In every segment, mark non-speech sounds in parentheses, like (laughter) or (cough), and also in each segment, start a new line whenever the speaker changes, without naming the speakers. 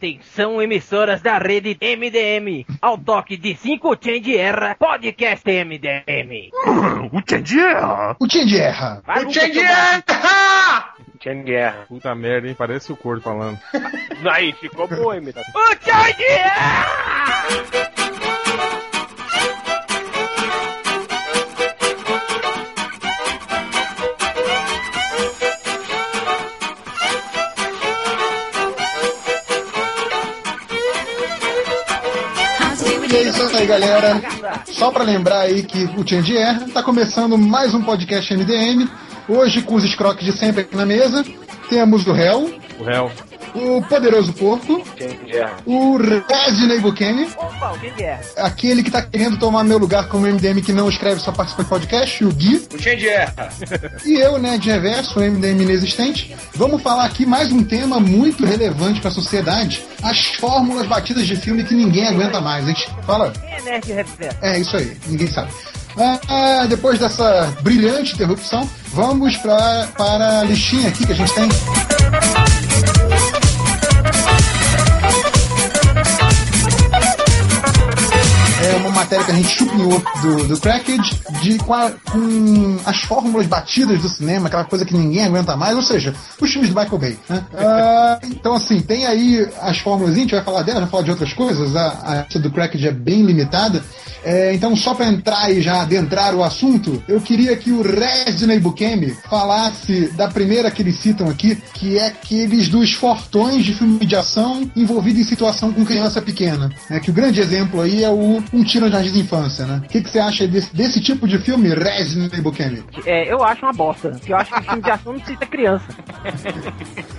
Atenção, emissoras da rede MDM. Ao toque de 5 Change Erra, podcast MDM.
O Change erra!
O Change erra!
Vai,
O
Lucas,
Change
seu
erra!
Tinha guerra.
Puta merda, hein? Parece o corpo falando.
Aí, ficou bom, hein, Mira?
O Change Erra!
E é isso aí, galera. Só pra lembrar aí que o Change erra, tá começando mais um podcast MDM. Hoje com os escroques de sempre aqui na mesa. Temos do réu,
O réu.
o poderoso porco,
Tinha guerra.
o Resident Bukene,
Opa, o que é?
aquele que tá querendo tomar meu lugar como MDM que não escreve só participa de podcast, o Gui.
O Change erra!
(laughs) E eu, né, de reverso, o MDM inexistente, vamos falar aqui mais um tema muito relevante pra sociedade: as fórmulas batidas de filme que ninguém aguenta mais. A gente fala,
Quem é Nerd Reverso?
é isso aí, ninguém sabe. Ah, ah, depois dessa brilhante interrupção, vamos pra, para a listinha aqui que a gente tem. É uma matéria que a gente chupinhou do, do Cracked de, com, a- com as fórmulas batidas do cinema, aquela coisa que ninguém aguenta mais, ou seja, os filmes do Michael Bay. Né? Ah, então, assim, tem aí as fórmulas, a gente vai falar delas, vai falar de outras coisas, a, a lista do Cracked é bem limitada. É, então, só para entrar e já adentrar o assunto, eu queria que o Resident Bukemi falasse da primeira que eles citam aqui, que é aqueles dos fortões de filme de ação envolvido em situação com criança pequena. Né? Que o grande exemplo aí é o Um Tiro no Jardim de Infância, né? O que, que você acha desse, desse tipo de filme, Resident Bukemi?
É, eu acho uma bosta. Porque eu acho que filme de ação não precisa criança.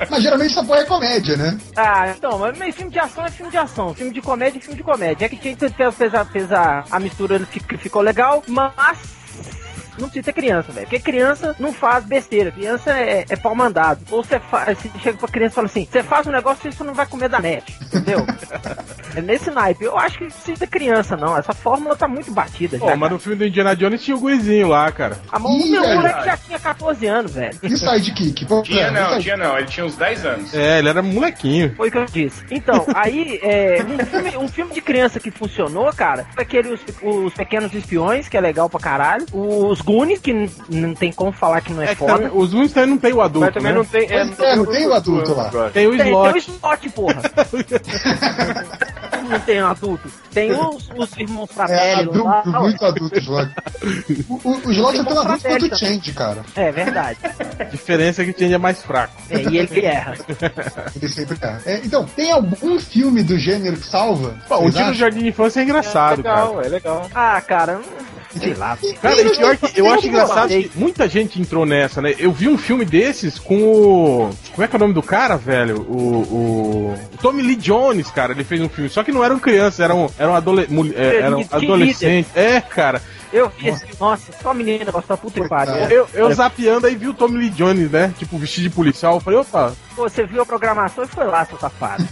Mas geralmente essa porra é comédia, né?
Ah, então, mas mas filme de ação é filme de ação, filme de comédia é filme de comédia. É que tinha que ter- fez a, fez a, a mistura, ele fi- ficou legal, mas. Não precisa ter criança, velho. Porque criança não faz besteira. Criança é, é pau mandado. Ou você fa- você chega pra criança e fala assim: você faz um negócio e você não vai comer da net.
(laughs)
Entendeu? é nesse naipe. Eu acho que não precisa ter criança, não. Essa fórmula tá muito batida.
Pô,
já,
mas
cara.
no filme do Indiana Jones tinha o Guizinho lá, cara.
A mão do
Ih,
meu
é
moleque
verdade.
já tinha 14 anos, velho.
E Sidekick? Pô,
Tinha
é,
não,
Sidekick.
tinha não, ele tinha uns 10 anos.
É, ele era molequinho.
Foi o que eu disse. Então, aí, é, um, filme, um filme de criança que funcionou, cara, foi aquele Os, Os Pequenos Espiões, que é legal pra caralho. Os Goonies, que n- não tem como falar que não é,
É que
foda.
também- os Goonies também não tem o adulto,
Mas também
né?
não tem.
Pois é, não tem o adulto lá.
Tem o
Tem, tem o
Slot.
Slot, porra. não tem um adulto. Tem os, os irmãos
É,
Fratelli
adulto,
lá.
muito adulto, Slot. O, o, o Slot é tão adulto quanto o Change, cara.
É verdade.
A diferença é que tinha é mais fraco.
É, e ele que erra.
Ele sempre erra. É, então, tem algum filme do gênero que salva?
Pô, o
Vocês
tiro do
acham?
Jardim de Infância é engraçado, cara.
é legal.
Ah, cara, sei lá.
Cara, e pior que eu acho engraçado
sei.
que muita gente entrou nessa, né? Eu vi um filme desses com o. Como é que é o nome do cara, velho? O. o... o Tommy Lee Jones, cara, ele fez um filme. Só que não eram crianças, eram, eram, adole... mul- é, eram
Teenagers.
adolescentes. É, cara.
Eu vi esse filme, nossa, só menina, gosta puta e pariu.
Eu, eu zapeando aí vi o Tommy Lee Jones, né? Tipo, vestido de policial. Eu falei, opa.
Pô, Você viu a programação e foi lá, seu safado.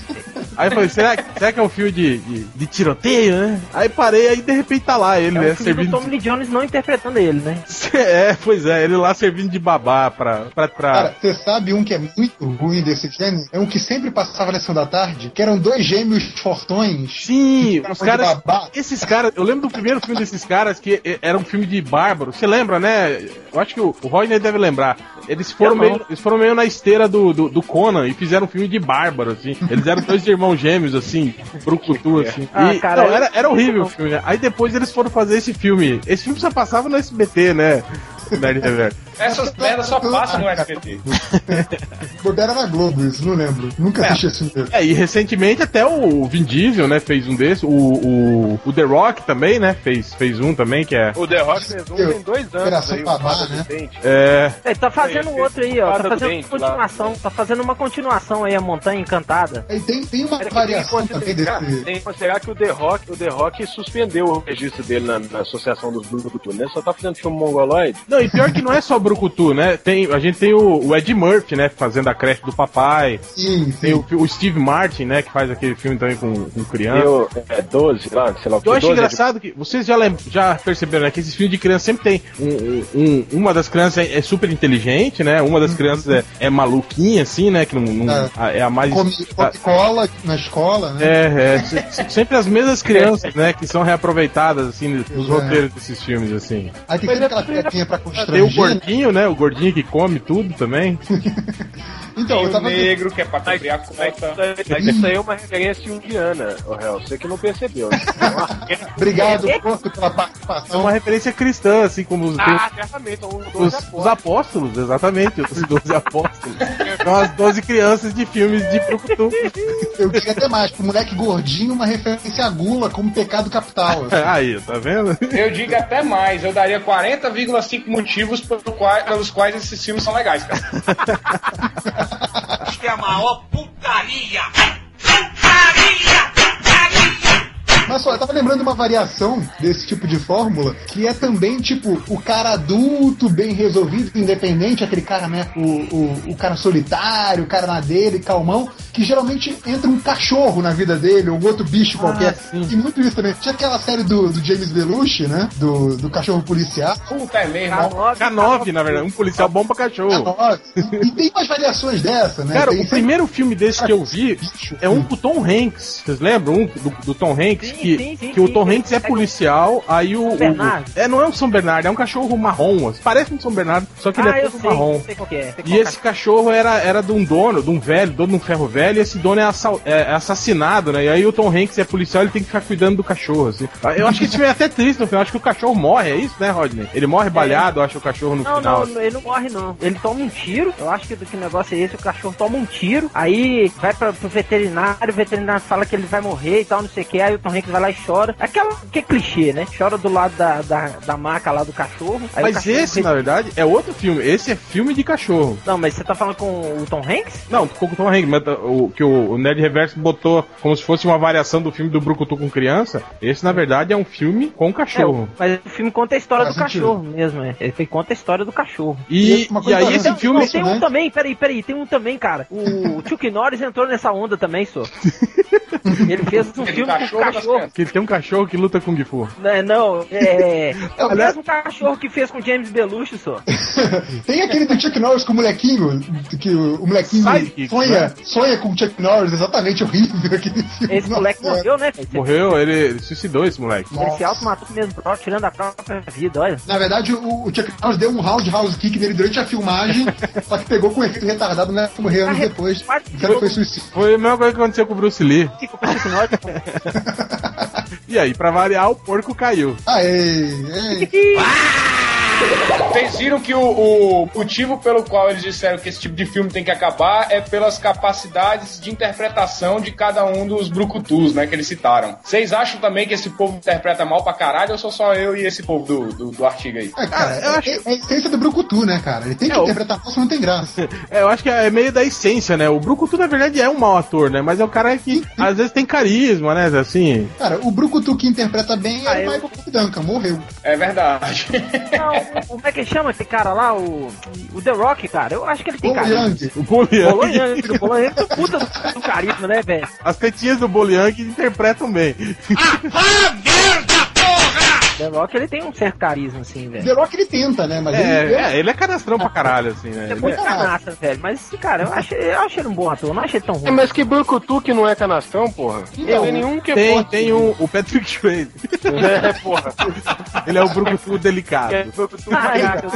Aí eu falei, será, que- será que é um filme de, de, de tiroteio, né? Aí parei, aí de repente tá lá ele,
É
né?
um filme do
Servindo.
Tommy Lee Jones não interpretando ele, né?
de- (laughs) É, pois é, ele lá servindo de babá pra. pra, pra...
Cara, você sabe um que é muito ruim desse gênero? É um que sempre passava na sessão da tarde, que eram dois gêmeos fortões.
Sim, os
de
caras.
babá.
Esses caras, eu lembro do primeiro filme desses caras que eh, era um filme de bárbaro. Você lembra, né? Eu acho que o, o Rodney deve lembrar. Eles foram,
Eu não.
meio, eles foram meio na esteira do, do, do Conan e fizeram um filme de bárbaro, assim. Eles eram dois irmãos gêmeos, assim, brucutu, assim.
Ah,
E,
cara,
não, era, era horrível
não.
o filme, né? Aí depois eles foram fazer esse filme. Esse filme só passava no SBT, né? Nerd Reverso.
Essas merdas só passam no SBT.
Bobeira na Globo, isso, não lembro. Nunca assisti esse filme.
É, e recentemente até o Vin Diesel, né, fez um desses. O, o, o The Rock também, né, fez, fez um também, que é...
O The Rock fez um
Eu-
tem dois anos.
Geração
Aí, um o
Babá,
Fada
né?
do Dente.
É,
Ele tá fazendo
É,
outro aí, ó.
Fada
Tá
do
fazendo
Dente,
uma continuação. Tá fazendo uma continuação aí, a Montanha Encantada.
E tem, tem uma
Tem que
variação também
considerar-
desse.
Tem que considerar que o The Rock, o The Rock suspendeu o registro dele na, na Associação dos Brucutus, né? Só tá fazendo filme mongoloide.
Não, e pior que não é só Brucutu, né? Tem, a gente tem o, o Ed Murphy, né? Fazendo a creche do papai.
Sim,
Ah, Tem
sim.
o, o Steve Martin, né? Que faz aquele filme também com, com
Ah.
criança.
Eu, é 12 lá, sei lá o que.
Eu acho
12 é de-
engraçado que vocês já, lem- já perceberam né, que esses filmes de criança sempre tem um- um- um- uma das crianças é, é super inteligente, né? Uma das crianças é, é maluquinha, assim, né? Que não, não-
Uhum. É.
a- é a mais
Come, come cola na escola, né?
é, é se- se- sempre as mesmas crianças, né? Que são reaproveitadas assim nos
É.
roteiros desses filmes, assim.
Aí tem sempre aquela piadinha pra
Tem o
constranger. né?
gordinho, né? O gordinho que come tudo também.
Então, eu
o
tava.
negro que é pra cobrir a
Mas isso
conta.
aí- mas isso aí é uma referência indiana, ô réu. Você que
(laughs)
não percebeu. né?
Obrigado, Porto, pela participação.
É Uma referência cristã, assim como os, tem
ah, certamente. São os
os,
12
os apóstolos, exatamente.
(laughs)
Os 12 apóstolos. São as 12 crianças de filmes de Brucutu.
Eu diria até mais, pro moleque gordinho, uma referência à gula como pecado capital. assim.
(laughs) Aí, tá vendo?
Eu digo até mais, eu daria 40,5 motivos pelo qual- pelos quais esses filmes são legais, cara.
que é a maior putaria! Putaria! Putaria!
Mas só, eu tava lembrando uma variação desse tipo de fórmula, que é também, tipo, o cara adulto, bem resolvido, independente, aquele cara, né, o, o, o cara solitário, o cara na dele, calmão, que geralmente entra um cachorro na vida dele, ou um outro bicho
Ah,
qualquer. E muito isso também. Tinha aquela série do, do James Belushi, né, do, do cachorro policial.
Puta, é meu irmão.
K9, na verdade. Um policial bom pra cachorro.
E, e tem umas variações dessa, né?
Cara,
tem
o primeiro filme desse que eu vi
bicho.
é um com o Tom Hanks. Vocês lembram? Um do, do Tom Hanks?
Sim,
que
sim, sim,
que o
sim,
Tom
que
Hanks é
ele pega um-
policial, aí o.
São
o-
Bernardo?
é, não é um São Bernardo, é um cachorro marrom. assim. Parece um São Bernardo, só que ele
Ah,
é
eu
todo
sei,
marrom.
sei qual que é. sei
E
qual
esse cachorro era, era de um dono, de um velho, dono de um ferro velho, e esse dono é, assal- é assassinado, né? E aí o Tom Hanks é policial, ele tem que ficar cuidando do cachorro, assim. Eu acho que esse filme é até triste no final, acho que o cachorro morre, é isso, né, Rodney? Ele morre baleado, eu acho o cachorro no
É. Não,
final.
não,
assim.
ele não morre, não. Ele toma um tiro. Eu acho que, que o negócio é esse: o cachorro toma um tiro, aí vai pra, pro veterinário, o veterinário fala que ele vai morrer e tal, não sei o que. Aí o Tom Hanks vai lá e chora. Aquela que é clichê, né? Chora do lado da, da, da maca lá do cachorro. aí o
Mas
cachorro
esse, na verdade, é outro filme. Esse é filme de cachorro.
Não, mas você tá falando com o Tom Hanks?
Não, ficou com o Tom Hanks, mas o, que o, o Nerd Reverso botou como se fosse uma variação do filme do Brucutu com criança. Esse, na verdade, é um filme com cachorro.
É, mas o filme conta a história
Faz
do
sentido.
cachorro mesmo, é. Ele conta a história do cachorro.
E,
é
Uma
e
coisa
aí esse
interessante.
filme...
Tem um
né?
também, peraí, peraí, tem um também, cara.
(laughs)
O Chuck Norris entrou nessa onda também, só. Ele fez um
Ele
filme com
cachorro
o
das
cachorro.
crianças.
Que tem um cachorro que luta com Gifu.
Não, não,
(laughs)
é. É o
Aliás-
mesmo cachorro que fez com James Belushi, só.
Tem aquele do Chuck Norris com o molequinho, que o, o molequinho
Sidekick,
sonha,
né?
sonha com o Chuck Norris, exatamente horrível (laughs) aquele filme.
(laughs)
Esse moleque
Nossa,
morreu, né? Ele
Morreu, ele, ele suicidou esse moleque.
se automatou mesmo próprio, tirando a própria vida, olha.
Na verdade, o, o Chuck Norris deu um roundhouse kick nele durante
(laughs)
a filmagem, só que pegou com um efeito retardado, né? Morreu anos
Ah,
depois.
quase
O cara foi suicídio.
Foi a mesma coisa que aconteceu com o Bruce Lee.
Fica com o Chuck Norris.
(laughs) E aí, pra variar, o porco caiu.
Ah, é, Aê, aê.
Vocês viram que o, o motivo pelo qual eles disseram que esse tipo de filme tem que acabar é pelas capacidades de interpretação de cada um dos brucutus, né, que eles citaram. Vocês acham também que esse povo interpreta mal pra caralho ou sou só eu e esse povo do, do, do artigo aí?
É, cara,
Ah, eu acho-
é, é a essência do Brucutu, né, cara? Ele tem que
É, o-
interpretar, senão não tem graça.
É, eu acho que é meio da essência, né? O Brucutu, na verdade, é um mau ator, né? Mas é um cara que, às vezes, tem carisma, né? Assim...
Cara, o Brucutu que interpreta bem
Ah,
é
eu-
o Michael P. Duncan, morreu.
É verdade.
Não, como é que chama esse cara lá? O, o The Rock, cara. Eu acho que ele tem
Paul
carisma.
Young.
O Boliang...
Bolonhante, o Bolonhante é um puta do carisma, né, velho?
(laughs) As tetinhas do Boliang interpretam bem.
Ah, merda, porra!
The Rock, ele tem um certo carisma, assim, velho.
The Rock ele tenta, né? Mas ele.
É, é, ele é cadastrão pra caralho, assim, né?
É muito
é.
canastra, velho. Mas esse cara, eu achei, eu achei ele um bom ator, eu não achei ele tão
É,
ruim.
mas que Brucutu que não é canastrão, porra?
Então,
não tem nenhum que é
Tem,
forte.
tem um, o Patrick Swayze.
É,
(laughs)
porra.
Ele é o Brucutu
Que (laughs) é
delicado.
Brucutu
Ai,
cagado.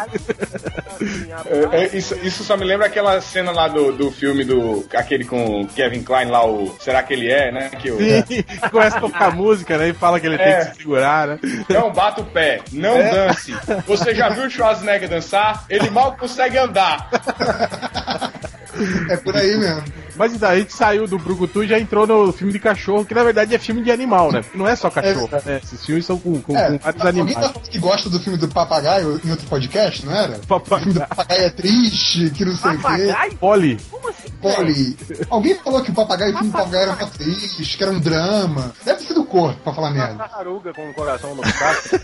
É, é, isso, isso só me lembra aquela cena lá do, do filme do. aquele com o Kevin Klein lá, o Será que ele é, né? Que o,
Sim, (laughs) começa a tocar música, né? E fala que ele tem
É.
que se segurar, né?
Não bata o pé, não dance. Você já viu o Schwarzenegger dançar? Ele mal consegue andar.
é por aí mesmo.
Mas daí a gente saiu do Brucutu e já entrou no filme de cachorro, que na verdade é filme de animal, né? Porque não é só cachorro.
É.
né? Esses filmes são com, com,
É,
com vários
alguém tá (laughs)
animais.
falando que gosta do filme do papagaio em outro podcast, não era? O filme do
Papagaio.
papagaio é triste, que não sei o quê.
Papagaio?
Polly.
Como assim? velho?
Poli. Alguém falou que o papagaio, o filme do papagaio era uma triste, que era um drama. Deve ter sido o cor pra falar merda.
Tartaruga com o coração
(laughs)
no casco.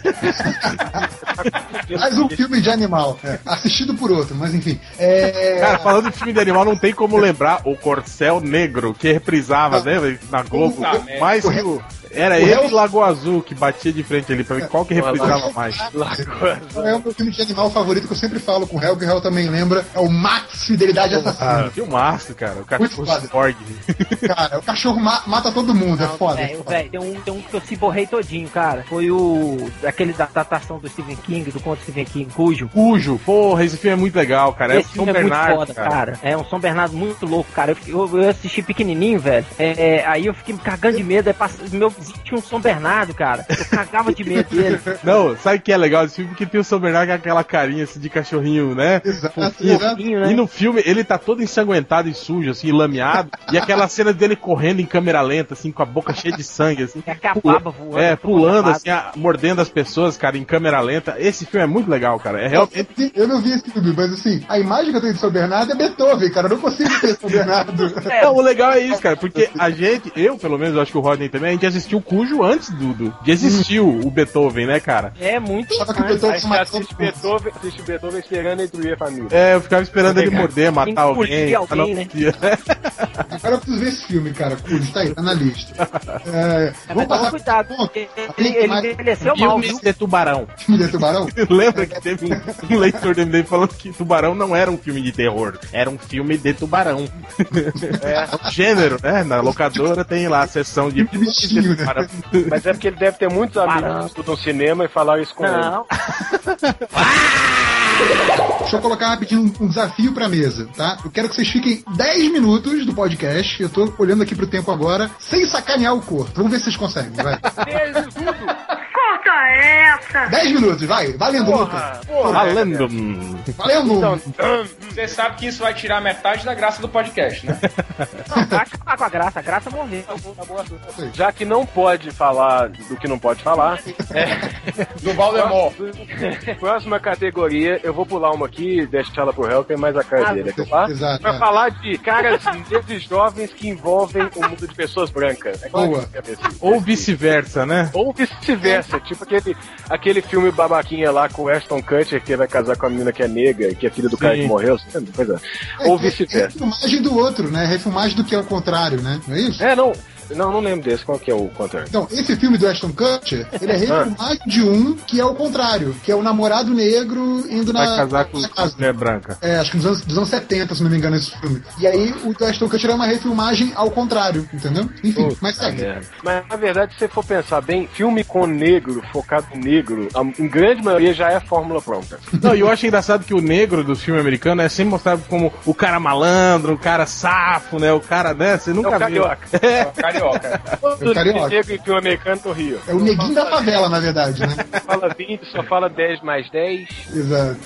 Mais um filme de animal, é, assistido por outro, mas enfim. É,
Cara, falando de filme de animal, não tem como lembrar o Corcel Negro, que reprisava, né, velho, na Globo.
Puta merda.
Mas que o- era
O
ele
réu-
e Lago Azul que batia de frente ali pra mim. Qual que reprisava mais?
é o meu filme de animal favorito que eu sempre falo com o Hel, que o Hel também lembra, é o Max Fidelidade Assassina.
Que o Márcio, cara. O cachorro
foda.
Borg.
Cara, é o cachorro ma- mata todo mundo, é foda. é
Velho,
foda.
velho, tem, um, tem um que eu se borrei todinho, cara. Foi o. aquele da datação do Stephen King, do conto Stephen King, cujo.
Cujo. Porra, esse filme é muito legal, cara. é o
Esse
São
filme é muito
Bernardo,
foda,
cara.
cara. É um São Bernardo muito louco, cara. Eu, fiquei- eu- eu assisti pequenininho, velho. É, é, aí eu fiquei me cagando de medo. Aí passa- meu vizinho tinha um São Bernardo, cara. Eu cagava de medo dele.
Não, sabe o que é legal desse filme? Que tem o São Bernardo com aquela carinha assim de cachorrinho, né?
Exato,
Fofinho.
exato.
Fofinho, né?
E no filme ele tá todo ensanguentado e sujo, assim, lameado. e aquela cena dele correndo em câmera lenta, assim, com a boca cheia de sangue, assim.
É que a baba voando.
É,
toda
pulando,
babada.
assim, a- mordendo as pessoas, cara, em câmera lenta. Esse filme é muito legal, cara. É realmente.
Sim, Eu não vi esse filme, mas assim, a imagem que eu tenho de São Bernardo é Beethoven, cara. Eu não consigo ver São Bernardo.
Não, o legal é isso, cara, porque a gente, eu pelo menos, eu acho que o Rodney também, a gente assistiu o Cujo antes do, do de existir o o Beethoven, né, cara?
É muito.
Só que o
antes.
Beethoven
Aí você
matou
assiste Beethoven, assiste Beethoven esperando destruir a família.
É, eu ficava esperando ele morder, matar alguém.
Engolir alguém, né?
não-
Agora eu preciso ver esse filme, cara. Cujo, tá aí, tá na lista. É,
É, mas toma
vamos passar
cuidado,
pro
porque
Tem
ele, ele
mais-
envelheceu
E o
mal, viu?
Mr. Tubarão.
filme de Tubarão.
Lembra que teve um, um leitor do MDM falando que Tubarão não era um filme de terror, era um filme de tubarão. É, um gênero, né? Na locadora tem lá a sessão de
De bichinho, né?
tubarão.
Mas é porque ele deve ter muitos amigos que estudam cinema e falar isso com ele.
Não,
Deixa eu colocar rapidinho um- um desafio pra mesa, tá? Eu quero que vocês fiquem 10 minutos do podcast. Eu tô olhando aqui pro tempo agora, sem sacanear o corpo. Vamos ver se vocês conseguem, vai.
Corta essa!
10 minutos, vai. Valendo, Lucas.
Falando. hum,
Valendo.
Você sabe que isso vai tirar metade da graça do podcast, né?
não, tá, vai acabar com a graça. A graça morreu.
Já que não pode falar do que não pode falar,
Do Valdemort.
próxima categoria, eu vou pular uma aqui, deixa ela pro Helper, mas a cara dele
(laughs)
é que eu faço.
Exato,
Pra
é.
falar de caras negros jovens que envolvem o mundo de pessoas brancas. É claro
Boa.
que deve ser.
Ou vice-versa, né?
Ou vice-versa, tipo aquele, aquele filme babaquinha lá com o Ashton Kutcher que vai casar com a menina que é negra, que é filha do cara
Sim.
que morreu, sabe? Pois é. Ou vice-versa.
Refilmagem do outro, né? Refilmagem do que é o contrário, né? Não é isso?
É, não, não, não lembro desse, qual que é o contrário?
Então, esse filme do Ashton Kutcher, ele é
Ah.
refilmagem de um que é o contrário, que é o namorado negro indo na,
Vai casar com
na
a
casa.
mulher branca.
É, acho que nos anos, dos anos 70, se não me engano, esse filme. E aí, o do Ashton Kutcher é uma refilmagem ao contrário, entendeu? Enfim, mas segue.
é.
É, Mas na verdade, se você for pensar bem, filme com negro, focado em negro, a- em grande maioria já é a fórmula pronta.
(laughs) Não, e eu acho engraçado que o negro do filme americano é sempre mostrado como o cara malandro, o cara safo, né? O cara, né? Você nunca É
(laughs) É o
viu. (laughs)
carioca.
Carioca.
Eu carioca.
negro em filme americano do Rio.
É o neguinho da favela, na verdade,
(laughs)
né?
Fala 20, só fala 10 mais 10.
Exato.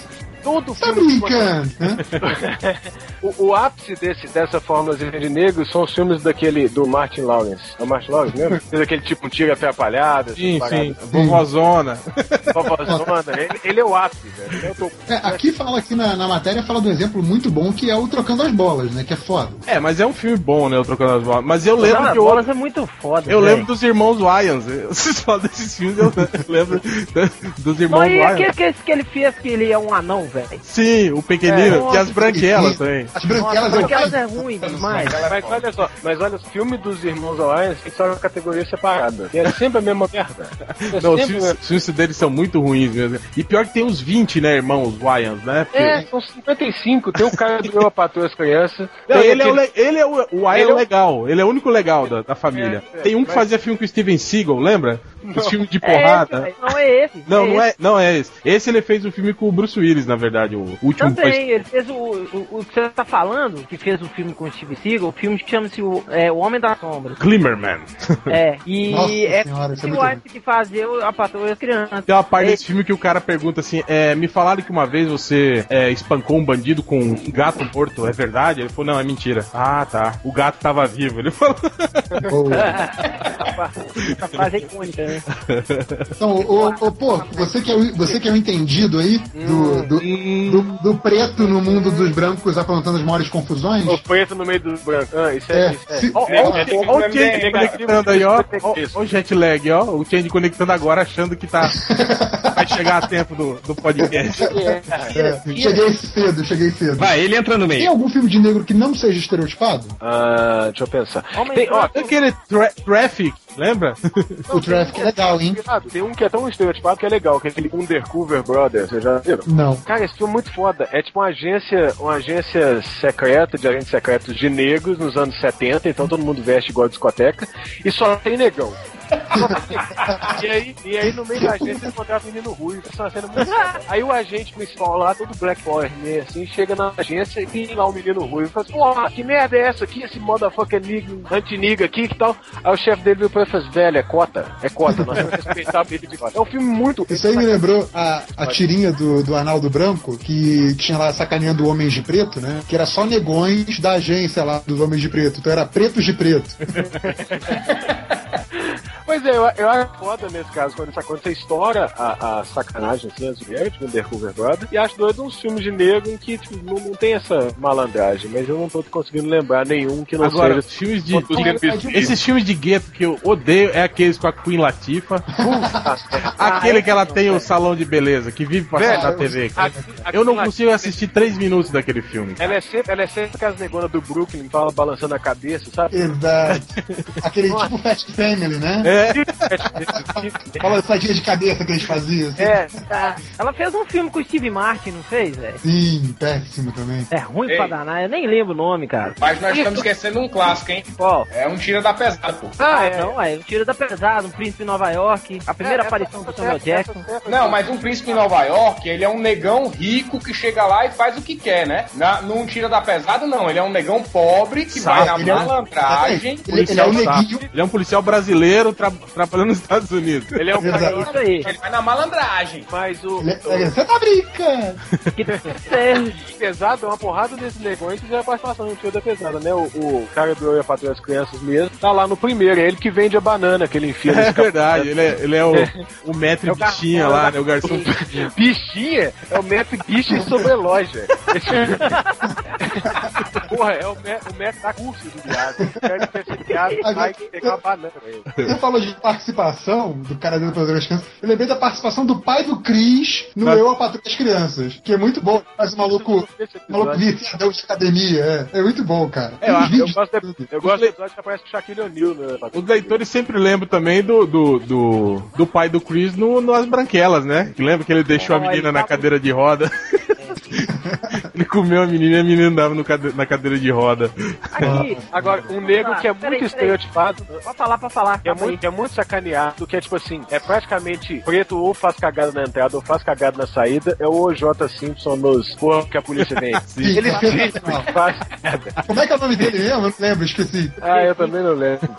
Todo
Tá
filme.
brincando, né?
(laughs) O, o ápice desse, dessa fórmula de negro são os filmes daquele do Martin Lawrence. É o Martin
(laughs)
Lawrence mesmo? Fez aquele tipo um tiro atrapalhado, essas
Sim, sim.
paradas,
é Vovozona. (laughs)
vovozona. Ele, ele é o ápice, velho. Ele é o topo.
É, aqui fala, aqui na, na matéria, fala de um exemplo muito bom que é o Trocando as Bolas, né? Que é foda.
É, mas é um filme bom, né? O Trocando as Bolas. Mas eu lembro
Não,
que outro
bolas é muito foda.
Eu
velho.
lembro dos irmãos Wyans. (laughs) Vocês falam desses filmes, eu lembro dos irmãos
Não, e
Wyans.
aquele que, que ele fez que ele é um anão, velho.
Sim, o pequenino,
É,
e as branquelas também.
As
Nossa,
branquelas,
porque elas
eu...
é ruim demais.
Mas olha só, mas olha, o filme dos Irmãos Alliance tem que ser uma categoria separada. E é sempre a mesma merda. É
Não, os
sempre a
filmes,
mesma-
os filmes deles são muito ruins mesmo. E pior que tem uns 20, né, irmãos Wyans, né? Porque-
É, são 55. Tem o cara do Eu, a Patroa e as Crianças.
Não,
Tem
ele, é o,
aquele-
le- ele é o, o Wyans
Ele é o-
legal, ele é o único legal da, da família.
É, é,
tem um que
mas-
fazia filme com o Steven Seagal, lembra? Os filmes de
É esse,
porrada.
velho. não é esse.
não, não
esse.
é, não é esse. Esse ele fez um filme com o Bruce Willis, na verdade, o último.
Também, ele fez o, o, o que você tá falando, que fez o filme com o Steve Seagal, o filme chama-se o, é, o Homem da
(laughs)
Sombra.
Glimmerman.
É, e
Nossa
é
senhora, isso é
o
muito
White que fazia a patroa e as crianças.
Tem uma parte
É,
desse filme que o cara pergunta assim: é, me falaram que uma vez você é, espancou um bandido com um gato morto, é verdade? Ele falou: não, é mentira. Ah, tá. O gato tava vivo. Ele falou:
Boa.
(laughs) Essa frase é icônica, né?
Então, ô, ô, pô, você que, é o, você que é o entendido aí do, do, do- do preto no mundo dos brancos aprontando as maiores confusões.
é O preto no meio do branco. Ah, isso é.
É,
isso.
se-
Olha
é, é,
o Change
é,
conectando aí, ó. Ó o jet lag, ó. O Change conectando agora, achando que tá. Vai chegar a tempo do, do podcast.
é, cheguei cedo, cheguei cedo.
Vai, ele entra no
Tem
meio.
algum filme de negro que não seja estereotipado?
Ah, deixa eu pensar.
Homem
Tem, ó,
branco.
tem,
Aquele tra traffic, lembra?
o Traffic é legal, hein?
ah, tem um que é tão estereotipado que é legal, que é aquele Undercover Brother. Vocês já viram?
Não.
Cara, esse filme é muito foda. É tipo uma agência, uma agência secreta, de agentes secretos de negros nos anos 70, então todo mundo veste igual a discoteca, e só tem negão. Só tem negão. e, aí, e aí no meio da agência eles encontraram um menino ruivo, isso é uma cena muito foda. Aí o agente principal lá, todo black power, né, assim, chega na agência e tem lá um menino ruivo, e fala assim, porra, que merda é essa aqui, esse motherfucker é nigga, anti-niga aqui, que tal? Aí o chefe dele veio pra ele e falou assim, velho, é cota, é cota, nós temos que respeitar a vida de cota. É um filme muito...
Isso aí me lembrou a, a tirinha do, do Arnaldo Branco, que tinha lá sacaneando homens de preto, né? Que era só negões da agência lá dos homens de preto. Então era pretos de preto.
Pois é, eu, eu acho foda nesse caso, quando isso acontece, você estoura a, a sacanagem, assim, as mulheres, tipo, Undercover Brother, e acho doido uns filmes de negro em que tipo, não, não tem essa malandragem, mas eu não tô conseguindo lembrar nenhum que não
Agora, (laughs)
seja.
os filmes de.
Todos eles-
Esses filmes de gueto que eu odeio é aqueles com a Queen Latifa.
Ah, é?
Aquele que ela tem o salão de beleza, que vive passando na TV. cara. Eu não consigo assistir três minutos daquele filme.
Ela é sempre, ela é sempre aquelas negonas do Brooklyn, fala balançando a cabeça, sabe?
Exato. Aquele tipo Fast Family, né?
É,
Fala essa dia de cabeça que eles faziam. assim.
É,
Tá. Ela fez um filme com o Steve Martin, não fez, velho?
Sim, péssimo também.
É ruim
Ei.
pra danar, eu nem lembro o nome, cara.
Mas nós estamos esquecendo um clássico, hein?
Qual?
É um tira da pesada, pô.
Ah, não, é o Tiro da Pesada, um príncipe em Nova York, a primeira
É,
aparição
essa-
do Samuel
essa-
Jackson.
essa-
Não, mas um príncipe em Nova York, ele é um negão rico que chega lá e faz o que quer, né? Na, não tira da pesada, não. Ele é um negão pobre que vai na
Ele é um-
malandragem.
Ele, ele é um
Policial
neguinho.
Ele é um policial brasileiro tra- trabalhando nos Estados Unidos.
Ele é um
Exato.
cara,
Isso aí.
Ele vai na malandragem.
mas o,
ele é- ele é- Você tá brincando?
Que Sérgio.
pesado, é uma porrada desses negões que já é participação no tio da pesada, né? O, o cara do Eu e a Patrulha das Crianças mesmo, tá lá no primeiro, é ele que vende a banana que ele enfia
É
nesse cap-
verdade, ele é, ele é o, o maître
É o garçom,
bichinha
é o
lá, né? O garçom bichinha.
Bichinha é o Matt Bicha e sobre loja. (laughs) Porra, é o Matt, o Matt dá curso de viado. Pega esse viado e é vai
tá
pegar a banana. né?
Você falou de participação do cara dentro do Patrulha das Crianças. Eu lembrei da participação do pai do Cris no
Mas-
Eu, a Patrulha das Crianças. Que é muito bom. Faz o maluco,
Esse
o maluco
episódio.
viciadão de academia. É, é muito bom, cara.
É,
Tem
eu-
uns
Eu
vídeos
gosto,
de
de,
tudo.
eu gosto do episódio que aparece o Shaquille O'Neal, né?
Os leitores sempre lembram também do, do, do, do pai do Chris no, no As Branquelas, né? Que lembra que ele deixou a
Olha,
menina
ele
na
tá-
cadeira de
É.
roda. (laughs) ele comeu a menina e a menina andava no cade- na cadeira de roda.
Aqui,
Agora, um negro que é
Ah, Peraí,
muito
peraí.
estereotipado,
pode falar, pode falar.
É
Calma aí.
muito, é muito sacaneado, que é tipo assim, é praticamente preto ou faz cagada na entrada ou faz cagada na saída, é o OJ Simpson nos porra que a polícia (laughs) vem.
Sim,
Ele
sensacional.
faz merda.
Como é que é o nome dele mesmo? Eu não lembro, esqueci.
Ah, eu também não lembro.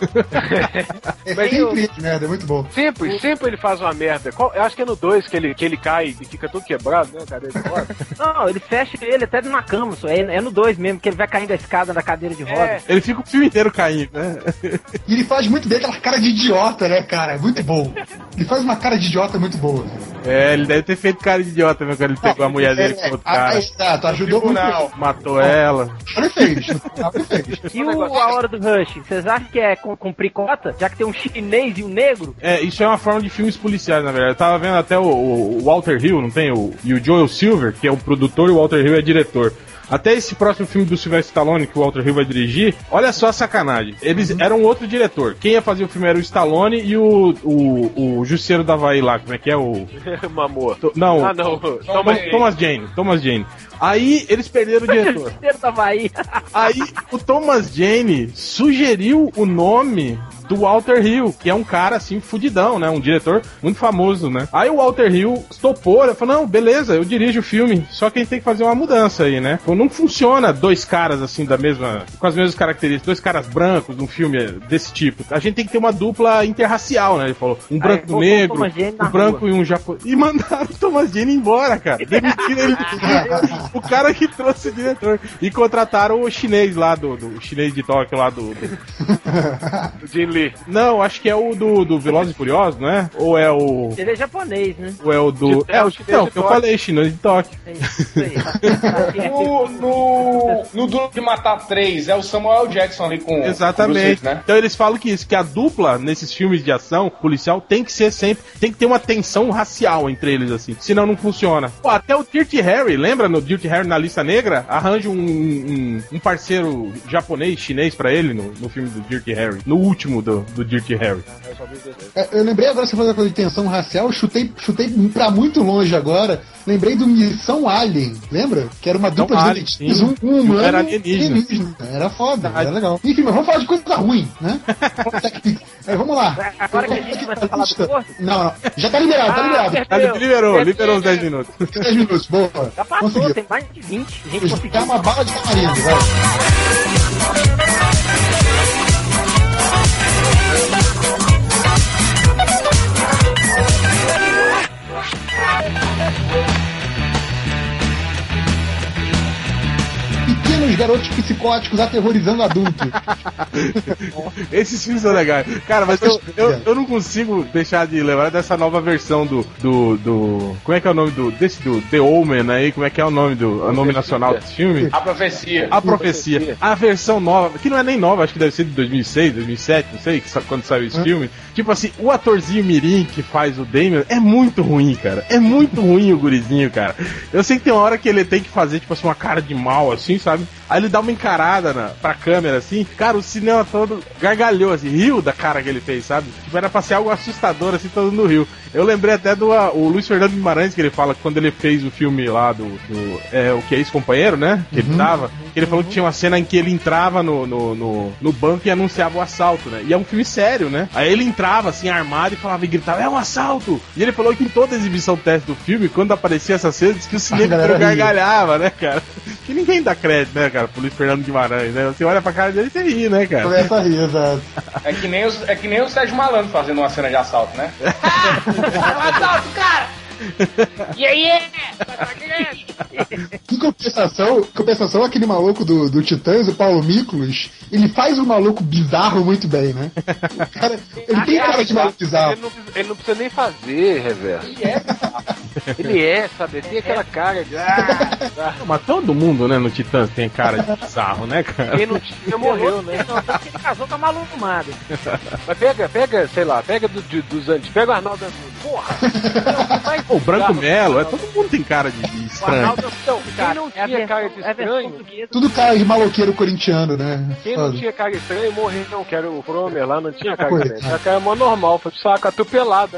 É
Mas
sempre
eu-
esse merda, é muito bom.
Sempre, sempre ele faz uma merda. Qual- eu acho que é no 2 que ele, que ele cai e fica todo quebrado, né? Cadê ele fora?
Não, ele fecha ele até numa cama, só. É, é no 2 mesmo, que ele vai caindo a escada na cadeira de
É.
roda.
Ele fica o filme inteiro caindo, né?
E ele faz muito bem aquela cara de idiota, né, cara? É Muito bom. Ele faz uma cara de idiota muito boa.
É, ele deve ter feito cara de idiota mesmo quando ele pegou a mulher dele
É,
com outro
ah,
cara.
exato, ajudou muito.
Tribunal.
(laughs)
Matou ela.
Ele fez, no final ele fez.
E o A Hora do Rush? Vocês acham que é com, cumprir cota? Já que tem um chinês e um negro?
É, isso é uma forma de filmes policiais, na verdade. Eu tava vendo até o, o Walter Hill, não tem? O, e o Joel Silver, que é o produtor, e o Walter Hill é diretor. Até esse próximo filme do Sylvester Stallone, que o Walter Hill vai dirigir, olha só a sacanagem. Eles eram outro diretor. Quem ia fazer o filme era o Stallone e o, o, o Jusceiro da Havaí lá, como é que é o...
Mamor.
to- Não,
Ah, não.
Tom- Thomas Jane, Thomas Jane. Aí eles perderam o
(laughs)
diretor.
Terceiro um da Bahia.
Aí o Thomas Jane sugeriu o nome do Walter Hill, que é um cara assim fudidão, né? Um diretor muito famoso, né? Aí o Walter Hill topou, ele falou: "Não, beleza, eu dirijo o filme, só que a gente tem que fazer uma mudança aí, né? Pô, Não funciona dois caras assim da mesma, com as mesmas características, dois caras brancos num filme desse tipo. A gente tem que ter uma dupla interracial, né?" Ele falou: "Um branco
botou
do
Ah, é, o
negro,
Thomas Jane na
um branco e um japonês." E mandaram o Thomas Jane embora, cara. Demitiram ele o cara que trouxe o diretor. E contrataram o chinês lá do. do o chinês de Tóquio lá do. do
Jim Lee.
Não, acho que é o do, do Velozes e Furiosos, não é? Ou é o.
Ele é japonês, né?
Ou é o do.
De-
É, o
de-
Não,
de
que eu
Tóquio.
falei, chinês de Tóquio.
É isso
(laughs)
aí. é tipo
No, no, no Duro de Matar 3 é o Samuel Jackson ali com com o Bruce Willis,
Exatamente.
né?
Então eles falam que isso, que a dupla nesses filmes de ação policial tem que ser sempre, tem que ter uma tensão racial entre eles, assim. Senão não funciona. Pô, até o Dirty Harry, lembra no Dirty Harry na lista negra? Arranja um, um, um parceiro japonês, chinês pra ele no, no filme do Dirty Harry. No último do, do Dirty Harry.
É, Eu lembrei agora, você falou da coisa de tensão racial, eu chutei, chutei pra muito longe agora. Lembrei do Missão Alien, lembra? Que era uma
Missão
dupla de
Alien,
detetives,
sim.
um,
E
um
o
humano
cara
era
alienígena.
alienígena. Era foda, era legal. Enfim, mas vamos falar de coisa ruim,
(laughs)
né? Tech Pix. é, vamos lá.
Agora que a gente vai falar do corpo.
Não, não. Já tá liberado, tá liberado.
Ah,
Meu,
liberou,
é-
liberou os 10 minutos.
10 minutos, boa.
Já passou,
Conseguiu.
tem mais de 20. A gente
Dá
conseguiu.
uma bala de camarino, vai. Pequenos garotos psicóticos aterrorizando adultos.
(laughs) Esses filmes são legais. Cara, mas eu, eu, eu não consigo deixar de lembrar dessa nova versão do. do, do como é que é o nome do. Desse do The Omen aí? Como é que é o nome do. O nome nacional desse filme?
A profecia.
A Profecia. A versão nova, que não é nem nova, acho que deve ser de 2006, 2007, não sei, que sa- quando saiu esse filme. Tipo assim, o atorzinho Mirim que faz o Damien é muito ruim, cara. É muito ruim o gurizinho, cara. Eu sei que tem uma hora que ele tem que fazer, tipo assim, uma cara de mal, assim, sabe? Aí ele dá uma encarada na, pra câmera, assim. Cara, o cinema todo gargalhou, assim, riu da cara que ele fez, sabe? Tipo, era pra ser algo assustador, assim, todo mundo riu. Eu lembrei até do ah, o Luiz Fernando Guimarães, que ele fala que quando ele fez o filme lá do. do- é, o que é ex-companheiro, né? Que ele tava. que ele falou que tinha uma cena em que ele entrava no, no, no, no banco e anunciava o assalto, né? E é um filme sério, né? Aí ele entrava, assim, armado e falava e gritava: É um assalto! E ele falou que em toda a exibição teste do filme, quando aparecia essa cena, diz que o
(laughs)
cinema
galera
inteiro
ria.
gargalhava, né, cara? Que ninguém dá crédito, né, cara, pro Luiz Fernando Guimarães, né? Você olha pra cara dele e você ri, né, cara?
Começa a rir, exato.
É que, nem os, é que nem o Sérgio Malandro fazendo uma cena de assalto, né?
Em compensação, em compensação, aquele maluco do, do Titãs, o Paulo Miklos, ele faz um maluco bizarro muito bem, né? O cara- ele tem cara de maluco bizarro.
Ele não, precisa- ele não precisa nem fazer reverso. Ele é, ele é sabe? Ele tem aquela cara de. Ah,
Não, mas todo mundo, né, no Titãs tem cara de bizarro, né, cara?
quem não tinha morreu, né?
Não, tanto que ele casou tá com a Malu Lumada.
Mas pega, pega, sei lá, pega do, de- dos Andes, pega o Arnaldo Antunes.
(laughs)
Porra!
O Branco Melo, é, todo mundo tem cara de, de
O
estranho.
Arnaldo então, quem não
É a
tinha cara de
versão, é a versão
estranho,
portuguesa.
Tudo cara de maloqueiro corintiano, né?
quem não
Foda.
tinha cara de estranho morreu, não, que era o Cromer lá, não tinha cara de
Coitado.
estranho. Era cara é mó normal, foi pro saco, atropelado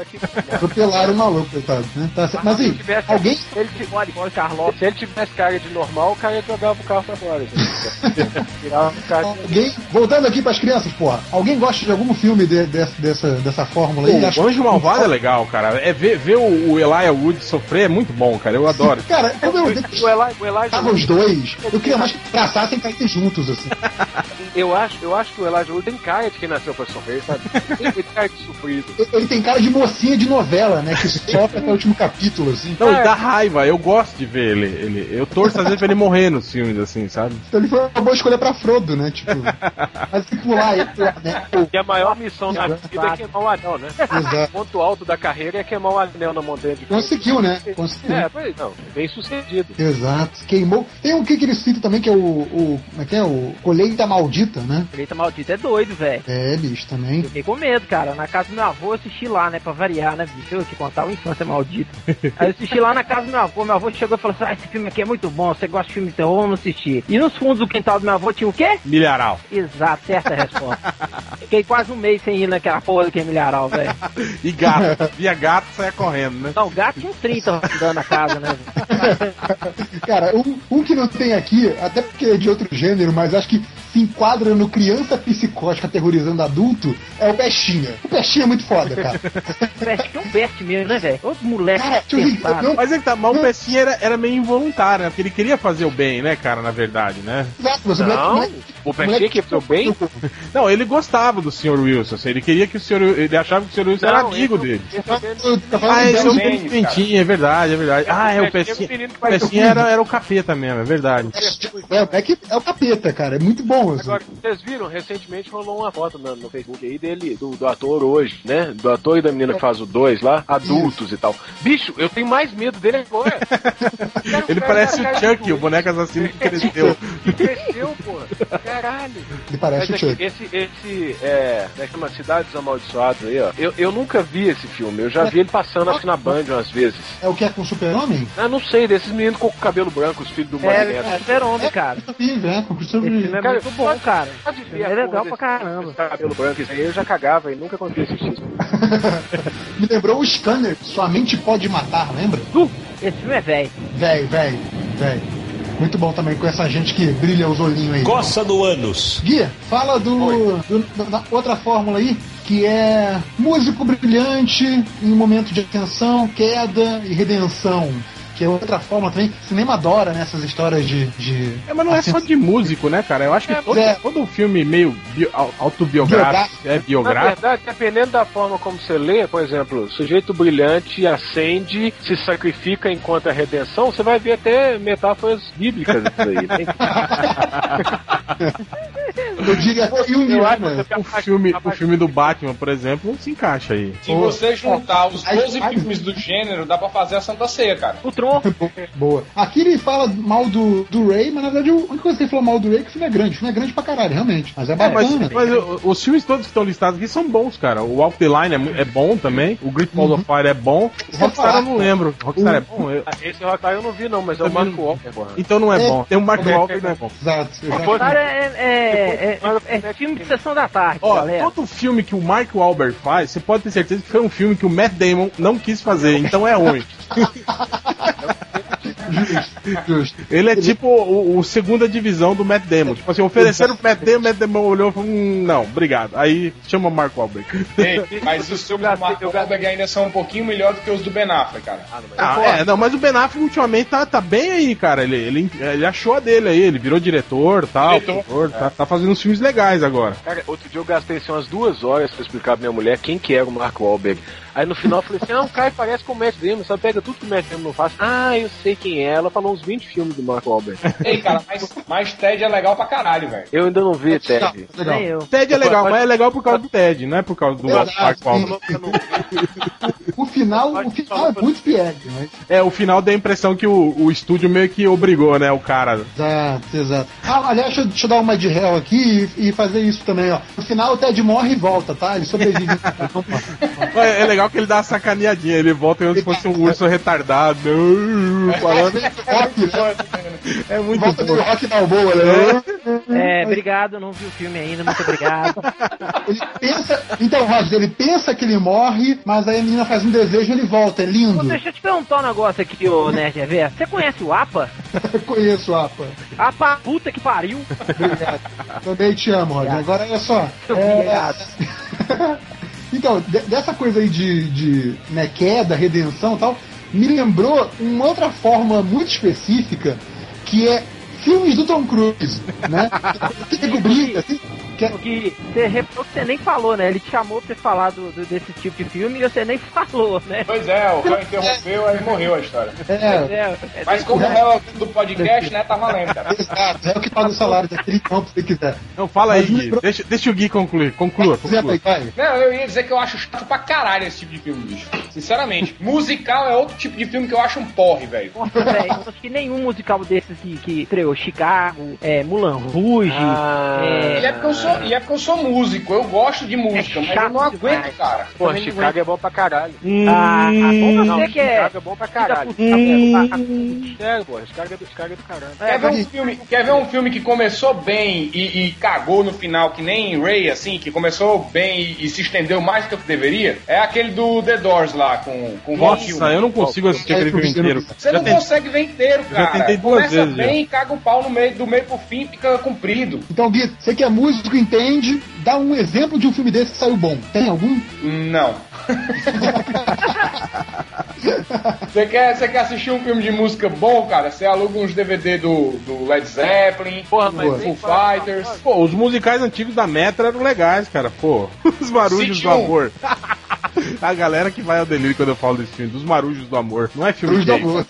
(laughs)
aqui.
Atropelaram o maluco, coitado, né? Tá certo. Mas aí, alguém.
Se ele, tivesse-
Olha, olha o Carlota.
se ele tivesse cara de normal, o cara jogava o carro pra fora.
(laughs)
gente. Tirava o cara de...
Alguém, voltando aqui pras crianças, porra, alguém gosta de algum filme de- dessa- dessa, dessa fórmula aí? Acho-
O Anjo Malvado é legal, cara. É ver, ver o, o Elijah Wood sofrer é muito bom, cara. Eu adoro.
Cara, como eu
O Eli, o Eli
Tá
tava os dois, eu queria mais que traçassem cair juntos, assim.
Eu acho, eu acho que o Elijah Wood tem cara de quem nasceu pra sofrer, sabe? Ele tem cara de sofrido.
Ele tem cara de mocinha de novela, né? Que sofre até o último capítulo, assim.
Não, e dá raiva. Eu gosto de ver ele. ele eu torço às vezes pra ele morrer nos filmes, assim, sabe?
Então ele foi uma boa escolha pra Frodo, né?
(laughs)
Tipo, mas se pular ele, pular, né? Pô,
E a maior missão da vida é queimar o anel, né? O
Exato.
ponto alto da carreira é queimar o anel na montanha de
Conseguiu, né? Conseguiu.
É, pois não, bem sucedido.
Exato, queimou. Tem um que que ele cita também, que é o. o como é que é? O Colheita Maldita, né?
Direita maldita é doido, velho.
É, bicho, também.
Eu fiquei com medo, cara. Na casa do meu avô eu assisti lá, né? Pra variar, né, bicho? Eu te contar uma infância maldita. Aí eu assisti lá na casa do meu avô. Meu avô chegou e falou assim: Ah, esse filme aqui é muito bom. Você gosta de filme de terror? Vamos assistir. E nos fundos do quintal do meu avô tinha o quê?
Milharal.
Exato, certa a resposta. Fiquei quase um mês sem ir naquela porra do que é milharal, velho.
E gato. Via gato saia correndo, né?
Não, o gato tinha uns 30 rodando na casa, né? velho?
Cara, um, um que não tem aqui, até porque é de outro gênero, mas acho que se enquadra no criança psicótica aterrorizando adulto, é o Pestinha. O Pestinha é muito foda, cara.
Peste, que é um peste mesmo, né, velho? Outro moleque
Cara, deixa eu
(laughs)
ver,
tentado.
eu não-
Mas é que tá, mas o Pessinha era, era meio involuntário, né? Porque ele queria fazer o bem, né, cara, na verdade, né?
Exato, mas o
Não,
moleque-
o Pestinha que foi bem.
Não, ele gostava do Sr. Wilson, assim, ele queria que o Sr. Wil- Ele achava que o Sr. Wilson era
Não,
amigo
esse-
dele.
esse é
moleque- eu tô falando
Ah,
de
esse é o
Belo-
Mendes,
Pimentinha, é verdade, é verdade. Ah, é o
Pestinha é o
Pessinha.
menino que um
O
faz
Pessinha era, era o capeta mesmo, é verdade.
É, o Beck é o capeta, cara. É muito bom. famoso.
Agora, vocês viram, recentemente rolou uma foto no, no Facebook aí dele, do, do ator hoje, né? Do ator e da menina que faz o 2 lá, adultos e tal. Bicho, eu tenho mais medo dele
(laughs)
agora.
Ele parece o Chuck, o boneco assassino que cresceu.
Que cresceu, pô. Caralho.
Ele parece o
Mas aqui,
Chuck.
esse, esse, é, né, chama Cidades Amaldiçoadas aí, ó. Eu, eu nunca vi esse filme, eu já vi ele passando, acho que na Band umas vezes.
É o que é com o super-homem?
Ah, não sei, desses meninos com cabelo branco, os filhos do
É,
Magneto.
é super-homem, cara.
Sim, né? Com o
Esse
super-homem.
filme é
Cara,
muito bom, cara.
Só de ver
É
a
legal pra
porra desse-
caramba.
desse Cabelo branco, isso aí eu já cagava e nunca conseguia assistir isso.
Me lembrou o Scanner, sua mente pode matar, lembra?
Du, esse filme é velho.
Véi, véi, véi. Muito bom também com essa gente que brilha os olhinhos aí.
Coça no ânus.
Guia, fala do, do- da outra fórmula aí, que é músico brilhante em momento de atenção, queda e redenção. Que é outra fórmula também. Cinema adora né, essas histórias de. de
É, mas não é só de músico, né, cara? Eu acho que todo,
é.
todo filme meio bio- au- autobiográfico, é
Na
biográfico,
verdade, dependendo da forma como você lê, por exemplo, sujeito brilhante acende, se sacrifica enquanto a redenção, você vai ver até metáforas bíblicas isso aí. né?
Eu diria até
Eu acho
Yumi, né?
que
o Um filme, o filme do Batman, por exemplo, se encaixa aí.
Se você juntar os
Ai,
12
ai.
filmes do gênero, dá pra fazer a Santa Ceia, cara.
O Tron,
É Boa. Aqui ele fala mal do, do Ray, mas na verdade a única coisa que ele falou mal do Ray é que o filme é grande. O filme é grande pra caralho, realmente. Mas é
É, mas,
bacana.
mas o- os filmes todos que estão listados aqui são bons, cara. O Walk the Line é, mu- é bom também, o Great Balls of Fire é bom, o Rockstar eu não lembro. Rockstar é bom? Eu-
Ah, Esse Rockstar eu não vi não, mas é o
Também
Marco Walker. porra.
então não é,
É.
bom. Tem o Mark Wahlberg, não é bom.
Exato. exato.
cara, é, é, é, é- é filme de sessão da tarde,
Ó,
galera.
todo filme que o Mark Wahlberg faz, você pode ter certeza que foi um filme que o Matt Damon não quis fazer, então é (laughs) ruim.
Justo, justo.
Ele é tipo o, o segunda divisão do Matt Damon. Tipo assim, ofereceram o Matt Damon, o Matt Damon olhou e falou, hum, não, obrigado. Aí chama o Mark Wahlberg.
Ei, mas os filmes do Mark Wahlberg ainda são um pouquinho melhor do que os do Ben Affleck, cara.
Ah, é, não, mas o Ben Affleck ultimamente tá, tá bem aí, cara. Ele, ele, ele achou a dele aí, ele virou diretor tal,
Diretor.
produtor, tá, tá fazendo uns filmes legais agora.
Cara, outro dia eu gastei assim, umas duas horas pra explicar pra minha mulher quem que era o Mark Wahlberg. Aí no final eu falei assim, ah, um cara que parece com o Matt Damon, só pega tudo que o Matt Damon não faz. Ah, eu sei quem é. Ela falou uns 20 filmes do Mark Wahlberg.
Ei, cara, mas, mas Ted é legal pra caralho, velho.
Eu ainda não vi, Ted.
tá Legal.
Nem eu.
Ted é legal, mas é legal por causa do Ted, não é por causa do
Exato.
Mark Wahlberg.
(laughs)
O final, o final é muito piegue, mas.
É, o final dá a impressão que o, o estúdio meio que obrigou, né, o cara.
Exato, exato. Ah, aliás, deixa, eu- deixa eu dar uma de réu aqui e, e fazer isso também, ó. No final o Ted morre e volta, tá? Ele sobrevive.
É, é legal que ele dá uma sacaneadinha, ele volta como se fosse um urso retardado. (laughs) (laughs) Falando,
(laughs) rock, né?
é muito
Volta
bom.
do rock balboa, né?
É, obrigado, não vi o filme ainda, muito
(laughs)
obrigado.
Ele pensa. Então, Rogers, ele pensa que ele morre, mas aí a menina faz um desejo e ele volta. É lindo.
Pô, deixa eu te perguntar um negócio aqui, ô Nerd Reverso. Você conhece o APA?
Eu conheço, Apa.
APA, puta que
(laughs)
pariu.
Obrigado. Também te amo, Roger. Agora olha só. é,
Obrigado.
(laughs) então, de- dessa coisa aí de, de né, queda, redenção e tal, me lembrou uma outra forma muito específica que é filmes do Tom Cruise, né? que nego brinca, assim, que é-
Porque você reparou que você nem falou, né? Ele te chamou pra você falar do, do- desse tipo de filme e você nem (laughs) falou, né?
Pois é, o Ram interrompeu, aí morreu a história.
é,
É, é,
Mas como é o do podcast, né, tá valendo, cara.
exato, é o que paga o salário daquele campo se você quiser.
Não, fala aí,
Mas me
Gui.
pro-
Deixa, deixa o Gui concluir. Conclua,
Zé,
conclua.
vai, vai.
Não, eu ia dizer que eu acho chato pra caralho esse tipo de filme, bicho. Sinceramente. Musical é outro tipo de filme que eu acho um porre, velho.
Nossa, velho, eu acho que nenhum musical desses que, que estreou Chicago, é, Mulan Rouge,
Ah,
E é, porque eu sou, e é porque eu sou músico, eu gosto de música,
É
mas eu não
chato demais.
aguento, cara.
Pô, Chicago é bom pra caralho.
Ah, bom
Não,
você que é.
Chicago é bom pra
filho da
caralho.
puta, velho,
Sério, pô, Chicago é do, Chicago é do caralho.
a- a-
Quer ver, um
mas-
filme, quer ver um filme que começou bem e, e cagou no final, que nem Ray, assim, que começou bem e, e se estendeu mais do que deveria? É aquele do The Doors lá, com, com Ron
Nossa,
Hillman.
eu não consigo assistir aquele filme inteiro.
É Você
Já
não
tem-
consegue ver inteiro, cara.
tentei duas
Começa
vezes,
bem e caga o pau no meio, do meio pro fim fica comprido.
Então, Gui, você que é músico, entende, dá um exemplo de um filme desse que saiu bom. Tem algum?
Não. Você quer, você quer assistir um filme de música bom, cara? Você aluga uns DVD do, do Led Zeppelin,
Porra,
do
mas
Foo
nem fala-
Fighters.
Pô, os musicais antigos da Metra eram legais, cara. Pô, (laughs) os Marujos do
Sítio um.
Amor. A galera que vai ao delírio quando eu falo desse filme, dos Marujos do Amor. Não é filme
Cruz do
gay.
Amor.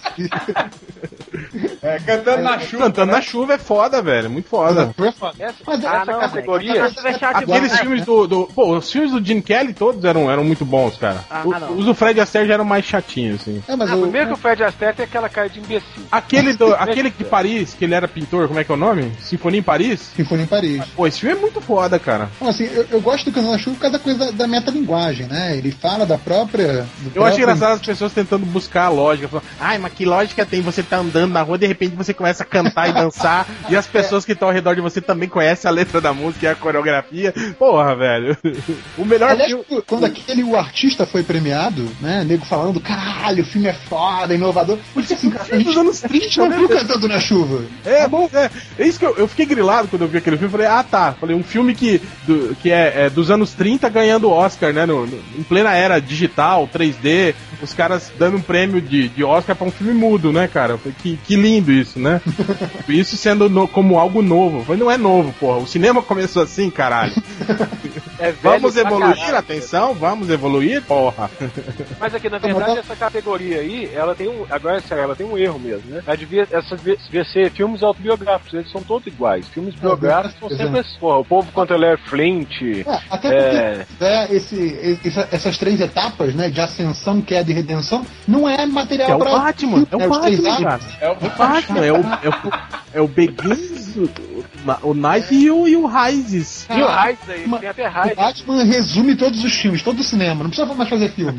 É, cantando na chuva. né?
Cantando na chuva é foda, velho. é Muito foda.
Mas
Ah,
essa
não,
categoria-
velho, essa categoria-
Aqueles filmes do, do- Pô, os filmes do Jim Kelly todos eram, eram muito bons, cara.
Ah,
O-
não.
os do Fred Astaire já eram mais chatinhos, assim.
É, mas
Ah,
o-
primeiro que o Fred Astaire tem aquela cara de imbecil.
Aquele,
(laughs)
do, aquele de Paris, que ele era pintor, como é que é o nome? Sinfonia em Paris?
Sinfonia em Paris.
Pô, esse filme é muito foda, cara.
Bom, assim, eu, eu gosto do Cantando na Chuva por causa da coisa da, da metalinguagem, né? Ele fala da própria. do
Eu acho
próprio-
engraçado as pessoas tentando buscar a lógica. Falando, Ai, mas que lógica tem? Você tá andando na rua, de repente você começa a cantar e dançar, e as pessoas que estão ao redor de você também conhecem a letra da música e a coreografia. Porra, velho. (laughs) O melhor
Aliás,
filme.
quando aquele o artista foi premiado, né? Nego falando, caralho, o filme é foda, inovador. Eu disse assim, cara, a
Filme dos
gente,
anos 30,
a gente não
né,
viu
velho?
cantando na chuva.
É,
Tá
bom, é. É isso que eu, eu fiquei grilado quando eu vi aquele filme. Falei, ah tá. Falei, um filme que, do- que é, é dos anos 30 ganhando Oscar, né? no- no- em plena era digital, 3D, os caras dando um prêmio de, de Oscar pra um filme mudo, né, cara? Eu falei, que, que lindo isso,
(laughs)
né? isso sendo no- como algo novo. Eu Falei, não é novo, porra. O cinema começou assim, caralho.
É velho
Vamos
pra
evoluir,
caralho.
atenção, vamos evoluir, porra.
Mas aqui, na verdade, essa categoria aí, ela tem um. Agora, sério, ela tem um erro mesmo, né? Ela devia, essa devia- devia ser filmes autobiográficos, eles são todos iguais. Filmes biográficos são
Exato.
sempre assim. Porra, o povo quanto ele é Flint.
É, até
É.
porque né, esse, essa- essas três etapas, né? De ascensão, queda e redenção, não é material
É o
pra. né,
Batman, é o
os três
Batman,
atos.
cara.
É o
O Batman, é o, é o, é o Begins, o, o Knife e o, e o Rises.
E o Raiz aí,
Uma-
tem até
O
Raiz.
Batman resume todos os filmes, todo o cinema, não precisa mais fazer
(laughs)
filme.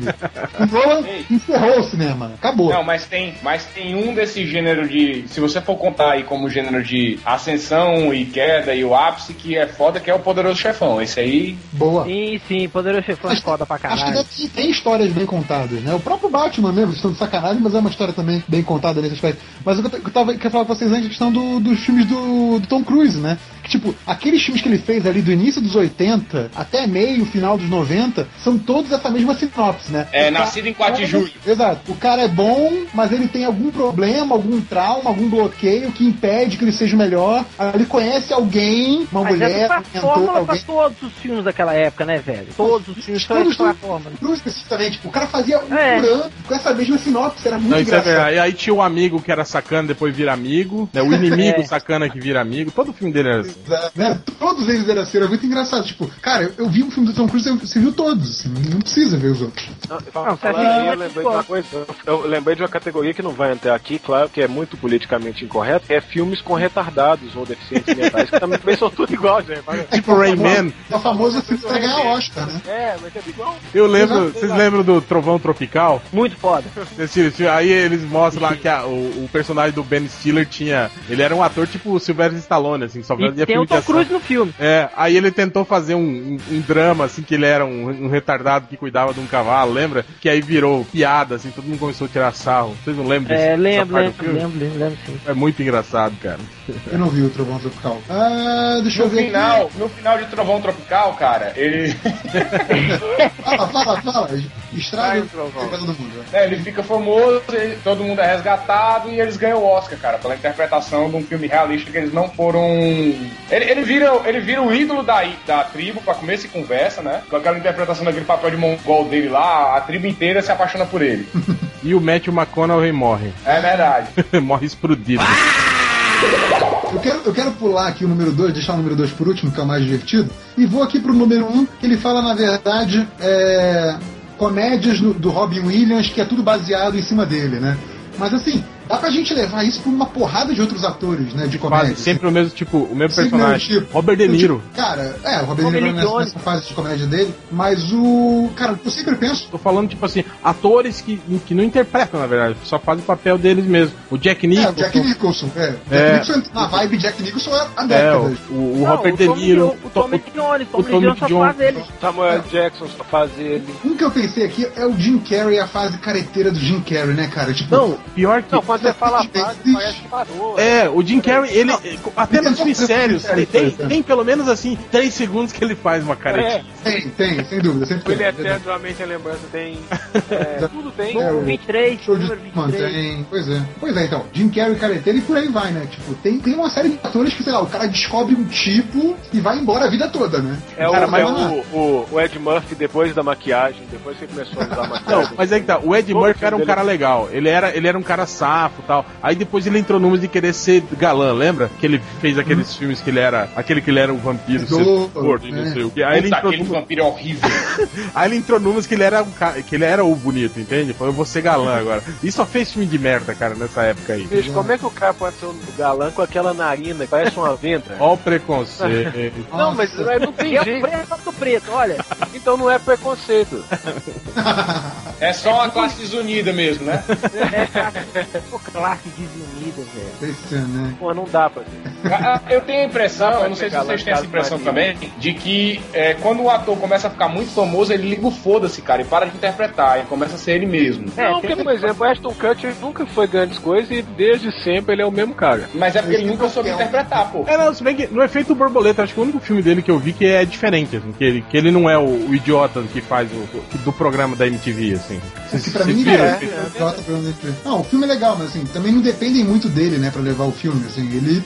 O Nolan
Ei.
encerrou o cinema, acabou.
Não, mas tem, mas tem um desse gênero de. Se você for contar aí como gênero de ascensão e queda e o ápice, que é foda, que é o Poderoso Chefão. Esse aí.
Boa.
Sim, sim, Poderoso Chefão é foda pra
Acho que
caralho.
deve- tem histórias bem contadas, né? O próprio Batman mesmo, estão de sacanagem, mas é uma história também bem contada nesse aspecto. Mas o que eu, t- eu tava, queria falar pra vocês antes, é a questão do- dos filmes do, do Tom Cruise, né? Que, tipo, aqueles filmes que ele fez ali do início dos 80 até meio, final dos 90, são todos essa mesma sinopse, né?
É,
O cara-
nascido em 4 de julho.
Exato. O cara é bom, mas ele tem algum problema, algum trauma, algum bloqueio que impede que ele seja o melhor. Aí Ele conhece alguém, uma
Mas
mulher,
essa
um
foi a
mentor,
fórmula pra
alguém.
todos os filmes daquela época, né, velho? Todos os filmes são essa foi a fórmula.
Cruz, especificamente, tipo, o cara fazia um
É.
por ano com essa mesma sinopse, era muito
Não, isso é
engraçado.
verdade. Aí tinha o amigo que era sacana, depois vira amigo. Né? O inimigo
(laughs) É.
sacana que vira amigo. Todo filme dele era assim.
né? Todos eles eram assim, era muito engraçado. Tipo, cara, eu, eu vi um filme do Tom Cruise, eu- você viu todos, assim, não precisa ver os outros.
Não, eu
Não,
falo-
você
falar
assistiu,
aí, eu
mas
lembrei de
ficou.
uma coisa. Eu lembrei de uma categoria que não vai entrar aqui, claro, que é muito politicamente incorreto. É filmes com retardados ou deficientes mentais, que também são tudo igual, gente.
Tipo Rayman.
É o famoso filme pra ganhar Oscar, né?
É, mas é igual.
Eu lembro. Vocês lembram do Trovão Tropical?
Muito foda.
Esse- esse- Aí eles mostram lá que a- o, o personagem do Ben Stiller tinha. Ele era um ator tipo o Sylvester Stallone, assim, só
E
fazia
tem
filme
o
de
Tom
ação.
Cruise no filme.
É, aí ele tentou fazer um, um- um drama, assim, que ele era um, um retardado que cuidava de um cavalo, lembra? Que aí virou piada, assim, todo mundo começou a tirar sarro. Vocês não lembram
É,
dessa
lembro,
parte do
lembro,
filme?
lembro, lembro, lembro, sim.
É muito engraçado, cara.
Eu não vi o Trovão Tropical. Ah, deixa
No
eu ver. aqui.
final, no final de Trovão Tropical, cara, ele,
Ah, Fala, fala,
(laughs)
fala. Estraga
Vai,
o
Trovão.
pecado do mundo.
né, ele fica famoso, ele- todo mundo é resgatado e eles ganham o Oscar, cara, pela interpretação de um filme realista que eles não foram. Ele, ele vira, ele vira o ídolo da, i- da tribo pra começo e conversa, né? Com aquela interpretação daquele papel de mongol dele lá, a tribo inteira se apaixona por ele.
E o Matthew McConaughey morre. (laughs)
É verdade.
morre explodido.
Eu quero, eu quero pular aqui o número 2, deixar o número 2 por último, que é o mais divertido, e vou aqui pro número 1, um, que ele fala, na verdade, é, comédias no- do Robin Williams, que é tudo baseado em cima dele, né? Mas assim, dá pra gente levar isso pra uma porrada de outros atores, né? De comédia.
Quase, sempre o mesmo tipo, o mesmo
Sempre
personagem.
mesmo tipo.
Robert De Niro.
Cara, é, o Robin
Robin
Williams nessa,
Jones.
nessa fase de comédia dele, mas o. Cara, eu sempre penso.
Tô falando, tipo assim, atores que, que não interpretam, na verdade, só fazem o papel deles mesmo. O Jack
É,
Nicholson.
o Jack Nicholson. É, Jack
É.
Nicholson na vibe Jack Nicholson né? há
É,
décadas.
o, o
Não,
Robert De
Tom
Niro.
Jones, O Tommy Jones, o
o
Tommy
Tommy
Jones só
Jones.
faz ele.
Samuel Jackson só faz ele.
Um que eu pensei aqui é o Jim Carrey, a fase careteira do Jim Carrey, né, cara? Tipo,
Não, pior que.
Não, quando você fala a frase, parece que parou.
É, o Jim Carrey, ele. Até
Ele
nos
não
filmes
faz
sérios,
filme sério,
tem, tem,
por exemplo.
É.
tem pelo menos assim, três segundos que ele faz uma caretinha.
Tem, tem, sem dúvida, sempre
O
tem.
Ele é Eternamente a Lembrança tem. é, tudo tem.
É, o
23,
Show de
número 23.
mantém, pois é. Pois é, então, Jim Carrey, Careteiro e por aí vai, né? Tipo, tem, tem uma série de atores que, sei lá, o cara descobre um tipo e vai embora a vida toda, né?
É
cara
o,
vai
é
lá.
o, o, o Ed Murphy depois da maquiagem, depois que ele começou a usar
Não,
maquiagem.
mas é que tá. O Ed
Todo
Murphy
filme
era um
dele
cara
é-
legal. Ele era, ele era um cara safo e tal. Aí depois ele entrou numa de querer ser galã, lembra? Que ele fez aqueles filmes que ele era. Aquele que ele era um vampiro,
Do-
ser gordo e não
é.
sei o que. Aí ele
Puta,
entrou
aquele
numa,
vampiro é horrível.
aí ele entrou numas que ele era um cara, que ele era o bonito, entende? Falou, eu vou ser galã agora. E só fez filme de merda, cara, nessa época aí.
Bicho, como é que o cara pode ser um galã com aquela narina que parece uma venda?
Ó o preconceito.
Não, mas aí
(laughs)
não tem
Eu
jeito.
preto, eu tô preto, olha.
Então não é preconceito.
É só uma classe desunida mesmo, né?
Pô, classe desunida,
é
velho.
Esse, né?
Pô, não dá pra ver.
Ah, Eu tenho a impressão, eu não sei se vocês têm essa impressão também, de que é, quando o ator começa a ficar muito famoso, ele liga o foda-se, cara, e para de interpretar, e começa a ser ele mesmo.
não, porque, por exemplo, Ashton Kutcher nunca foi grandes coisas e desde sempre (laughs) ele é o mesmo cara.
Mas é porque ele nunca soube interpretar, pô.
É, não, se bem que no efeito borboleta, acho que o único filme dele que eu vi que é diferente, assim, que ele, que ele não é o, o idiota que faz o, que- do programa da MTV, assim. Vocês-
Que pra
vocês
mim
viram?
é, Jota pra onde ele- Não, o filme é legal, mas assim, também não dependem muito dele, né, pra levar o filme, assim, ele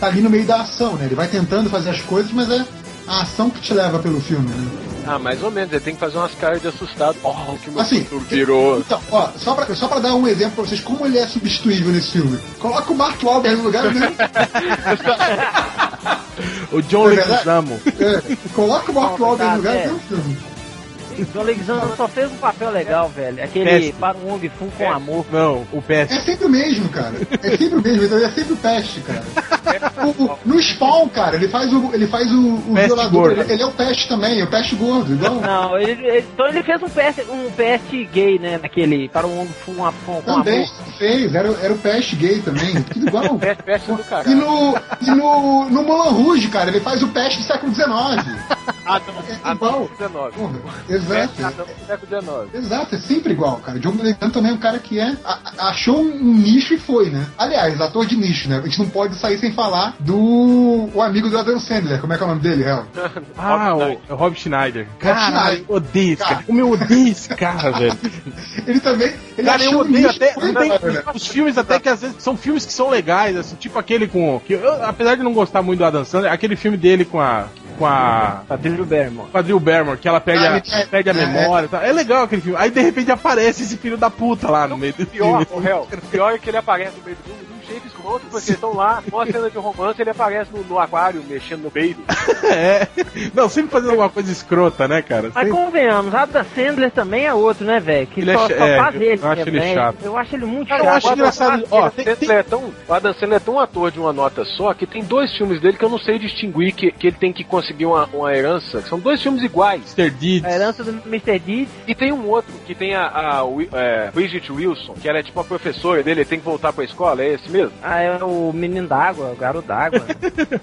tá ali no meio da ação, né, ele vai tentando fazer as coisas, mas é a ação que te leva pelo filme, né.
Ah, mais ou menos, ele tem que fazer umas caras de assustado. Oh, que meu
Assim,
futuro virou.
é
Então, ó, só pra, só pra dar um exemplo pra vocês como ele é substituível nesse filme. Coloca o Mark Wahlberg no lugar né?
(laughs)
dele.
O John
É verdade?
Leguizamo.
É, coloca o Mark
Não,
Wahlberg no
tá,
lugar
é.
dele no filme.
John Alexander só fez um papel legal, velho. Aquele
Péssimo.
para um Wong Fu
É.
com amor.
Não, o
É (laughs)
péssimo.
sempre o mesmo, cara. É sempre o mesmo, então ele é sempre o peste, cara. O- o- no spawn, cara, ele faz o, ele faz o, o
Peste
violador.
gordo.
Ele, ele é o peste também, é o peste gordo, igual.
Não, ele, ele- então ele fez um PS, um PS gay, né? Naquele para um Wong Fu com, com
Também
amor.
fez, era, era o peste gay também, tudo
(laughs)
igual.
É,
Peste, peste do
E
caralho.
no, e no, no Moulin Rouge, cara, ele faz o peste do século
(laughs)
XIX.
Ah, tá
Adão,
É
Adão
igual.
do XIX.
Porra,
É,
Peste
exato.
Adão do É, século XIX.
Exato, é sempre igual, cara. John Leguizamo também é um cara que é a- achou um nicho e foi, né? Aliás, ator de nicho, né? A gente não pode sair sem falar do o amigo do Adam Sandler. Como é que é o nome dele, Hel?
Ah, o, é o Rob Schneider. Caralho,
Schneider.
eu odeio esse cara. Como eu odeio esse cara, velho.
Ele também. (laughs) Ele
Cara, eu
achou um né?
odeio
nicho
até.
e
Não
foi,
tem,
cara.
os filmes até que às vezes são filmes que são legais, assim, tipo aquele com. Que eu- apesar de não gostar muito do Adam Sandler, aquele filme dele com a. com a.
Tá Drew Barrymore.
com a Drew Barrymore, que ela perde
Ah,
a,
é,
perde a
é,
memória e tal. É legal aquele filme. Aí de repente aparece esse filho da puta lá no meio do
Pior,
filme.
o réu, o pior é que ele aparece no meio do filme, de um jeito escroto, porque estão lá, numa cena de um romance, ele aparece no, no aquário, mexendo no peito.
(laughs) É. Não, sempre fazendo alguma coisa escrota, né, cara?
Mas
Sempre.
convenhamos, Adam Sandler também é outro, né, velho? Que
Ele é
só,
cha-
só
é,
faz
eu
ele.
acho ele
também.
chato.
Eu acho ele muito
Cara, eu
chato.
acho engraçado.
O
Ó,
Adam
tem-
Sandler
tem-
é tão, o Adam Sandler é tão ator de uma nota só que tem dois filmes dele que eu não sei distinguir que, que ele tem que conseguir uma, uma herança. que São dois filmes iguais.
Mr. Deeds.
A herança do Mr. Deeds.
E tem um outro que tem a, a Wi- é, Bridget Wilson, que ela é tipo a professora dele, ele tem que voltar pra escola, é esse
(laughs)
mesmo?
Ah, é o menino d'água, o garoto d'água.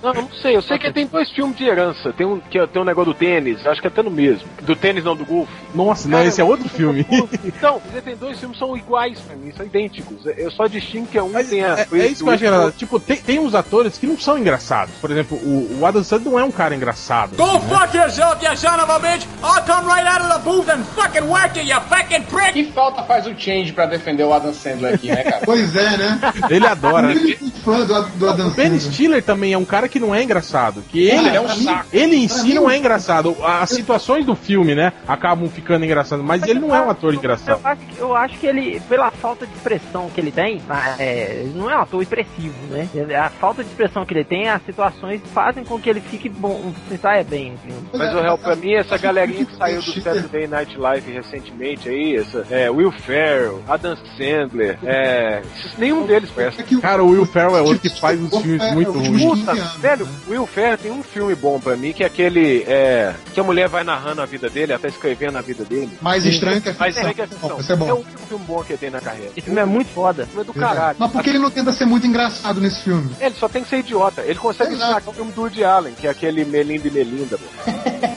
Não, eu não sei, eu sei que tem dois filmes de herança. Tem um que é- tem um negócio do tênis, acho que é até no mesmo. Do tênis não, do golfe.
Nossa, não,
Cara,
esse é outro
(laughs)
filme.
Então, mas tem dois filmes que são iguais pra mim, são idênticos. Eu só distingo que um
Mas
tem a.
é, é isso que eu acho engraçado. Tipo, tem, tem uns atores que não são engraçados. Por exemplo, o, o Adam Sandler não é um cara engraçado.
Go fuck yourself, you son of a bitch! I'll come right out of the booth and fucking whack you, you fucking prick!
Que falta faz o Change pra defender o Adam Sandler aqui, né, cara?
Pois é, né?
Ele adora.
(laughs)
né?
Eu sou fã do, do Adam
O Ben
Sandler.
Stiller também é um cara que não é engraçado. Que ele,
um
Cara, pra mim-
ele em
pra
si
mim- um
não é engraçado. As situações do filme, né, acabam ficando engraçadas. Mas ele não é um ator engraçado.
Eu acho, que- eu acho que ele, pela falta de expressão que ele tem, tá, é, ele não é um ator expressivo, né? Ele- A falta de expressão que ele tem, as situações fazem com que ele fique bom, se saia bem. Assim.
Pois
Mas
é,
o real, pra mim, essa
acho que
galerinha que
o
saiu do
Stiller-
Saturday Night Live recentemente aí, essa, é, Will Ferrell, Adam Sandler, é, esses- nenhum deles presta.
é que o-
Cara, o Will Ferrell é outro que faz uns filmes muito
Os
ruins.
últimos
Puta,
15 anos,
velho,
né?
Will Ferrell tem um filme bom pra mim, que é aquele, é, que a mulher vai narrando a vida dele, até escrevendo a vida dele.
Mais estranho que a
Mas
ficção.
é que é ficção.
Isso é
É o
bom.
único filme bom que ele tem na carreira.
Esse filme é muito foda.
filme é do caralho.
Mas por que ele não tenta ser muito engraçado nesse filme?
Ele só tem que ser idiota. Ele consegue
Exato.
destacar o filme do Woody Allen, que é aquele Melinda e Melinda.
(laughs)
pô.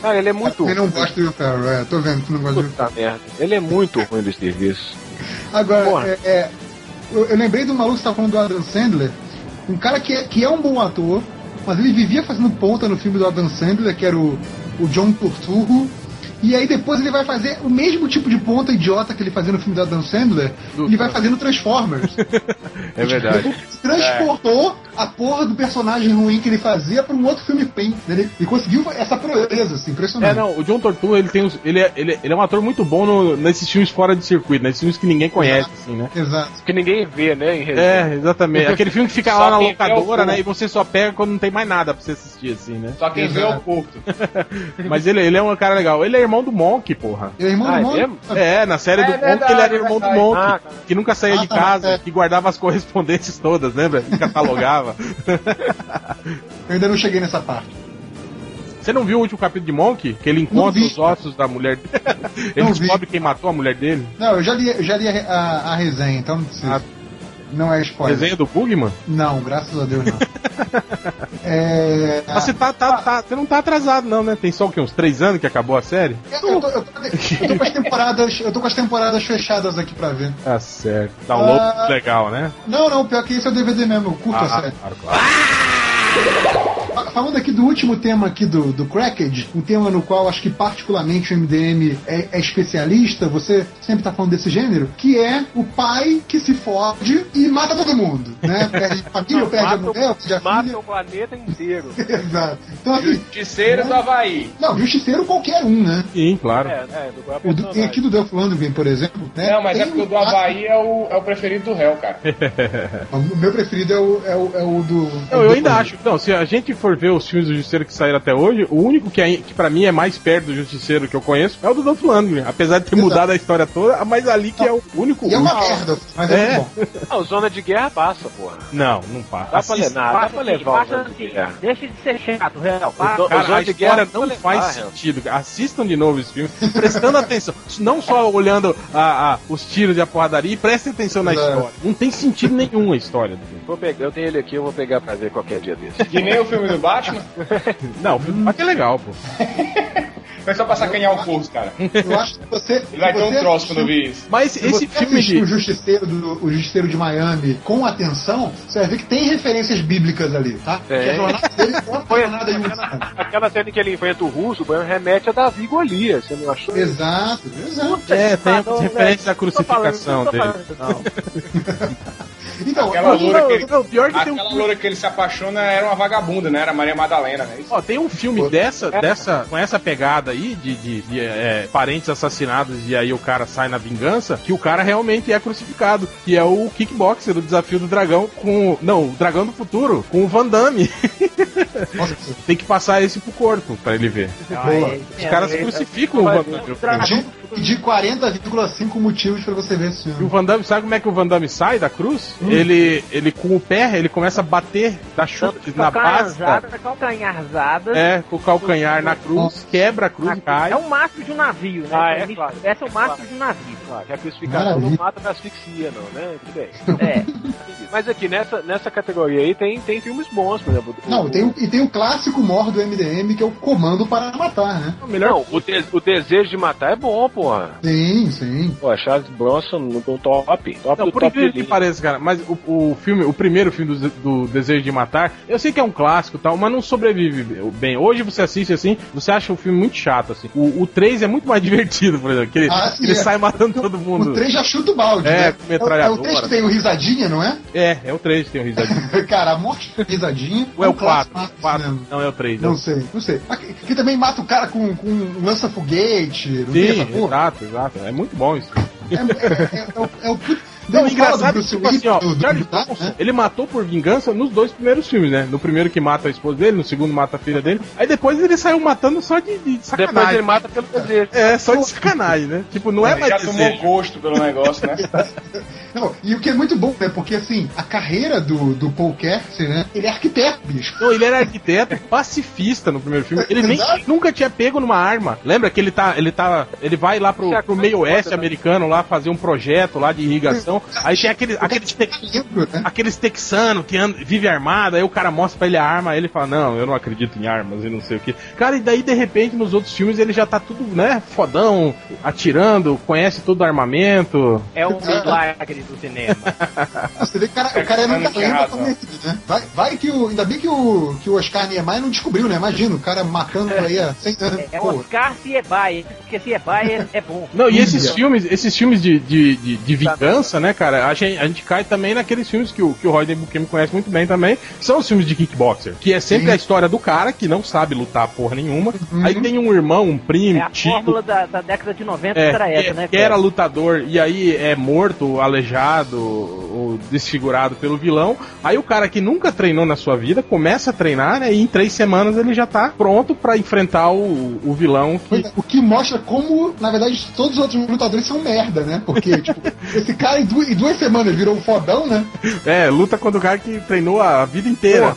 Cara, ele é muito.
Quem não gosta do Will Ferrell, é, tô vendo que não gosta do Will
Puta merda. Ele é muito ruim do serviço. Porra.
Agora, é, é, eu, eu lembrei do maluco que você tá falando do Adam Sandler, um cara que é, que é um bom ator, mas ele vivia fazendo ponta no filme do Adam Sandler, que era o o John Turturro. E aí depois ele vai fazer o mesmo tipo de ponta idiota que ele fazia no filme do Adam Sandler, ele vai fazer no Transformers.
É verdade.
Transportou a porra do personagem ruim que ele fazia pra um outro filme bem. Ele, ele conseguiu essa proeza, assim, impressionante.
É, não, o John Tortura, ele tem os, ele, é- ele, é- ele é um ator muito bom no- nesses filmes fora de circuito, nesses filmes que ninguém conhece, assim, né?
Exato.
Que ninguém vê, né? Em resenha.
É, exatamente. Aquele filme que fica lá
Só
na
quem vê é o
locadora,
cu.
né? E você só pega quando não tem mais nada pra você assistir, assim, né?
Só quem vê é o
Exato.
curto.
Mas ele, ele é um cara legal. Ele é irmão do Monk, porra.
Ele é irmão
Ah,
do
é
Monk?
mesmo?
É, na série
É
do Monk
verdade,
ele era irmão do
verdade.
Monk,
Ah,
que nunca saía
Ah,
de
tá,
casa,
é.
que guardava as correspondências todas, lembra? Que
(laughs)
catalogava.
Eu ainda não cheguei nessa parte.
Você não viu o último capítulo de Monk? Que ele encontra
vi.
os ossos da mulher dele. (laughs) Ele
Não vi.
descobre quem matou a mulher dele.
Não, eu já li, eu já li a, a- a resenha, então não precisa.
Ah.
Não é spoiler.
Desenho do Bugman?
Não, graças a
(laughs)
Deus não. é.
Mas você, tá, tá- tá- você não tá atrasado, não, né? Tem só o quê? Uns três anos que acabou a série?
Eu tô, eu tô- eu tô com as temporadas, eu tô com as temporadas fechadas aqui pra ver.
Tá certo. Download
Ah.
legal, né?
Não, não, pior que esse é o DVD mesmo, eu curto a
Ah,
série.
claro, claro.
Fa- Falando aqui do último tema aqui do, do Cracked, um tema no qual acho que particularmente o MDM é, é especialista, você sempre tá falando desse gênero, que é o pai que se fode e mata todo mundo,
(laughs)
né? Perde a família, perde a
Mata o-
mulher, perde a
Mata
filha.
o
(laughs)
planeta inteiro.
Exato. Então assim,
Justiceiro do Havaí.
não, justiceiro qualquer um, né?
Sim, claro.
É, é, do
O
qual é
do- tem
personagem.
aqui do Duff Landgren, por exemplo, né?
Não, mas
Tem
é porque o do
um-
Havaí é o, é o preferido do réu, cara.
O meu preferido é o, é o, é o do. é o
Não, eu
do-
ainda acho. Não, se a gente for ver os filmes do Justiceiro que saíram até hoje, o único que, ai- que para mim é mais perto do Justiceiro que eu conheço é o do Dolph Lundgren. Apesar de ter
Exato.
mudado a história toda, mas ali que é o único.
E é uma
único-
merda, mas é,
É.
muito bom.
Ah, o Zona de Guerra passa, porra.
Não, não passa.
Dá pra
Assista.
levar, Ah, dá pra
assim,
levar o
passa
Zona de
assim.
Guerra.
Deixa de ser chato, real.
Eu tô-
Passa.
Os
Cara, a
olhos de
história
guerra
não
não
faz
levaram.
sentido. Assistam de novo esse filme, (laughs) prestando atenção. Não só olhando a- a- os tiros e a porradaria, e prestem atenção na
Exato.
história. Não tem sentido nenhum a história do filme.
Vou pegar, eu tenho ele aqui, eu vou pegar pra ver qualquer dia desse. (laughs)
Que nem o filme do Batman.
Não, mas que é legal, pô.
Foi só pra sacanear o curso, cara. Ele
Eu acho que você. se
vai ter
você
um troço
assistiu-
quando eu vi isso.
Mas
Se
esse
você
filme.
assistir o
Gi,
Justiceiro, do, o Justiceiro de Miami com atenção, você vai ver que tem referências bíblicas ali, tá?
É.
Que a jornada dele é
(laughs)
uma
Foi
jornada de um santo.
Aquela cena que ele enfrenta o russo, o banho remete a Davi Golias, você não achou?
Exato, exato.
É, tem
Ah, não,
as referências da
não tô falando, não
crucificação
tô
dele.
falando, não.
Então,
Aquela
eu-
loura que ele,
Não, pior que tem um
aquela loura que ele se apaixona era uma vagabunda, né? Era Maria Madalena, né? Isso.
Ó, tem um filme
Pô.
dessa, dessa, com essa pegada aí de, de, de, é, parentes assassinados e aí o cara sai na vingança, que o cara realmente é crucificado, que é o Kickboxer, o Desafio do Dragão com... Não, o Dragão do Futuro, com o Van Damme. (laughs)
Nossa,
tem que passar esse pro corpo pra ele ver.
boa.
É,
Os caras crucificam o Van Damme.
De, de 40,5 motivos pra você ver esse
E o
filme.
Van Damme, sabe como é que o Van Damme sai da cruz? Ele, ele com o pé, ele começa a bater, dá
é,
chutes na base.
Calcanharzada, calcanharzada.
É, com o calcanhar na cruz, quebra a cruz, cai.
É o mastro de um navio, né?
Ah, é,
Então, isso-
claro.
Essa é o mastro de um navio.
Claro, que a crucificação não
Maravilha.
mata da asfixia, não, né? Tudo bem.
É.
Mas aqui, nessa, nessa categoria aí, tem, tem filmes bons, por exemplo. o-
Não, tem, um o- e tem o clássico mor do MDM, que é o comando para matar, né?
o melhor. Não, o, de- o desejo de matar é bom, porra.
Sim, sim.
Pô, Charles Bronson no no top. Top
Não,
do
por
top
incrível
de
que
linha.
pareça, cara, mas o, o filme, o primeiro filme do, do Desejo de Matar, eu sei que é um clássico e tal, mas não sobrevive bem. Hoje você assiste assim, você acha o filme muito chato, assim. O, o 3 é muito mais (laughs) divertido, por exemplo, que ele,
Ah, sim,
que ele
é.
sai matando todo
O
mundo.
3 já chuta o balde, né? É
É, com
o- é o
metralhadora.
3 que tem o risadinha, não é? (laughs)
É, é o 3 que tem o risadinho.
Cara, a morte do risadinha.
Ou é o
um clássico
4?
do
4
cinema.
não, é o 3.
Não sei, não sei. Ah, Que, que também mata o cara com, com um lança-foguete. Não tem
Sim,
essa porra?
exato, exato. É muito bom isso.
É, é, é- é o- é o.
Não,
Não,
o
fala do
engraçado é que,
Bruce
tipo
Willis,
assim, ó,
do-
o
do-
Charles
tá,
Bronson,
né?
ele matou por vingança nos dois primeiros filmes, né? No primeiro que mata a esposa dele, no segundo mata a filha dele. Aí depois ele saiu matando só de, de sacanagem.
Depois ele mata pelo desejo.
É, só de sacanagem, né? Tipo, não é
Ele já
mais
tomou
desejo.
gosto pelo
(laughs)
negócio, né?
Não, e o que é muito bom, né? Porque assim, a carreira do, do Paul Kersey, né? Ele é arquiteto, bicho.
Não, ele era arquiteto, (laughs) pacifista no primeiro filme. Ele nem,
Exato.
nunca tinha pego numa arma. Lembra que ele tá, ele tá, ele vai lá pro,
Isso é
pro meio
coisa
oeste
foda, né?
americano lá fazer um projeto lá de irrigação Então, aí tem aquele, aquele tex-
né?
aqueles texanos que andam- vive armado, aí o cara mostra pra ele a arma, aí ele fala, não, eu não acredito em armas e não sei o que. Cara, e daí de repente nos outros filmes ele já tá tudo, né, fodão, atirando, conhece todo o armamento.
É um milagre do cinema.
Ah, Você vê que o cara, o cara
Texano
nunca
tinha
lembra
razão.
como é que, né? Vai, vai que o. Ainda bem que o, que o Oscar Niemeyer não descobriu, né? Imagina, o cara matando aí a 100 anos.
É
Pô,
Oscar Siebai, porque Siebai é, é bom.
Não, e esses
Ilha.
filmes, esses filmes de, de, de, de vingança, né, cara? A gente, a gente cai também naqueles filmes que o, que o Rodney Buquim conhece muito bem também, que são os filmes de kickboxer. Que é sempre
Sim.
a história do cara que não sabe lutar porra nenhuma. Aí tem um irmão, um primo,
Uhum. É a
um tio,
fórmula da, da década de 90
é,
que era essa,
é,
né?
que era lutador e aí é morto, aleijado, ou desfigurado pelo vilão. Aí o cara que nunca treinou na sua vida começa a treinar, né? E em três semanas ele já tá pronto pra enfrentar o, o vilão. Que...
Pois é, O que mostra como, na verdade, todos os outros lutadores são merda, né? Porque, (laughs) tipo, esse cara em duas, em duas semanas virou um fodão, né?
É, luta contra o cara que treinou a vida inteira.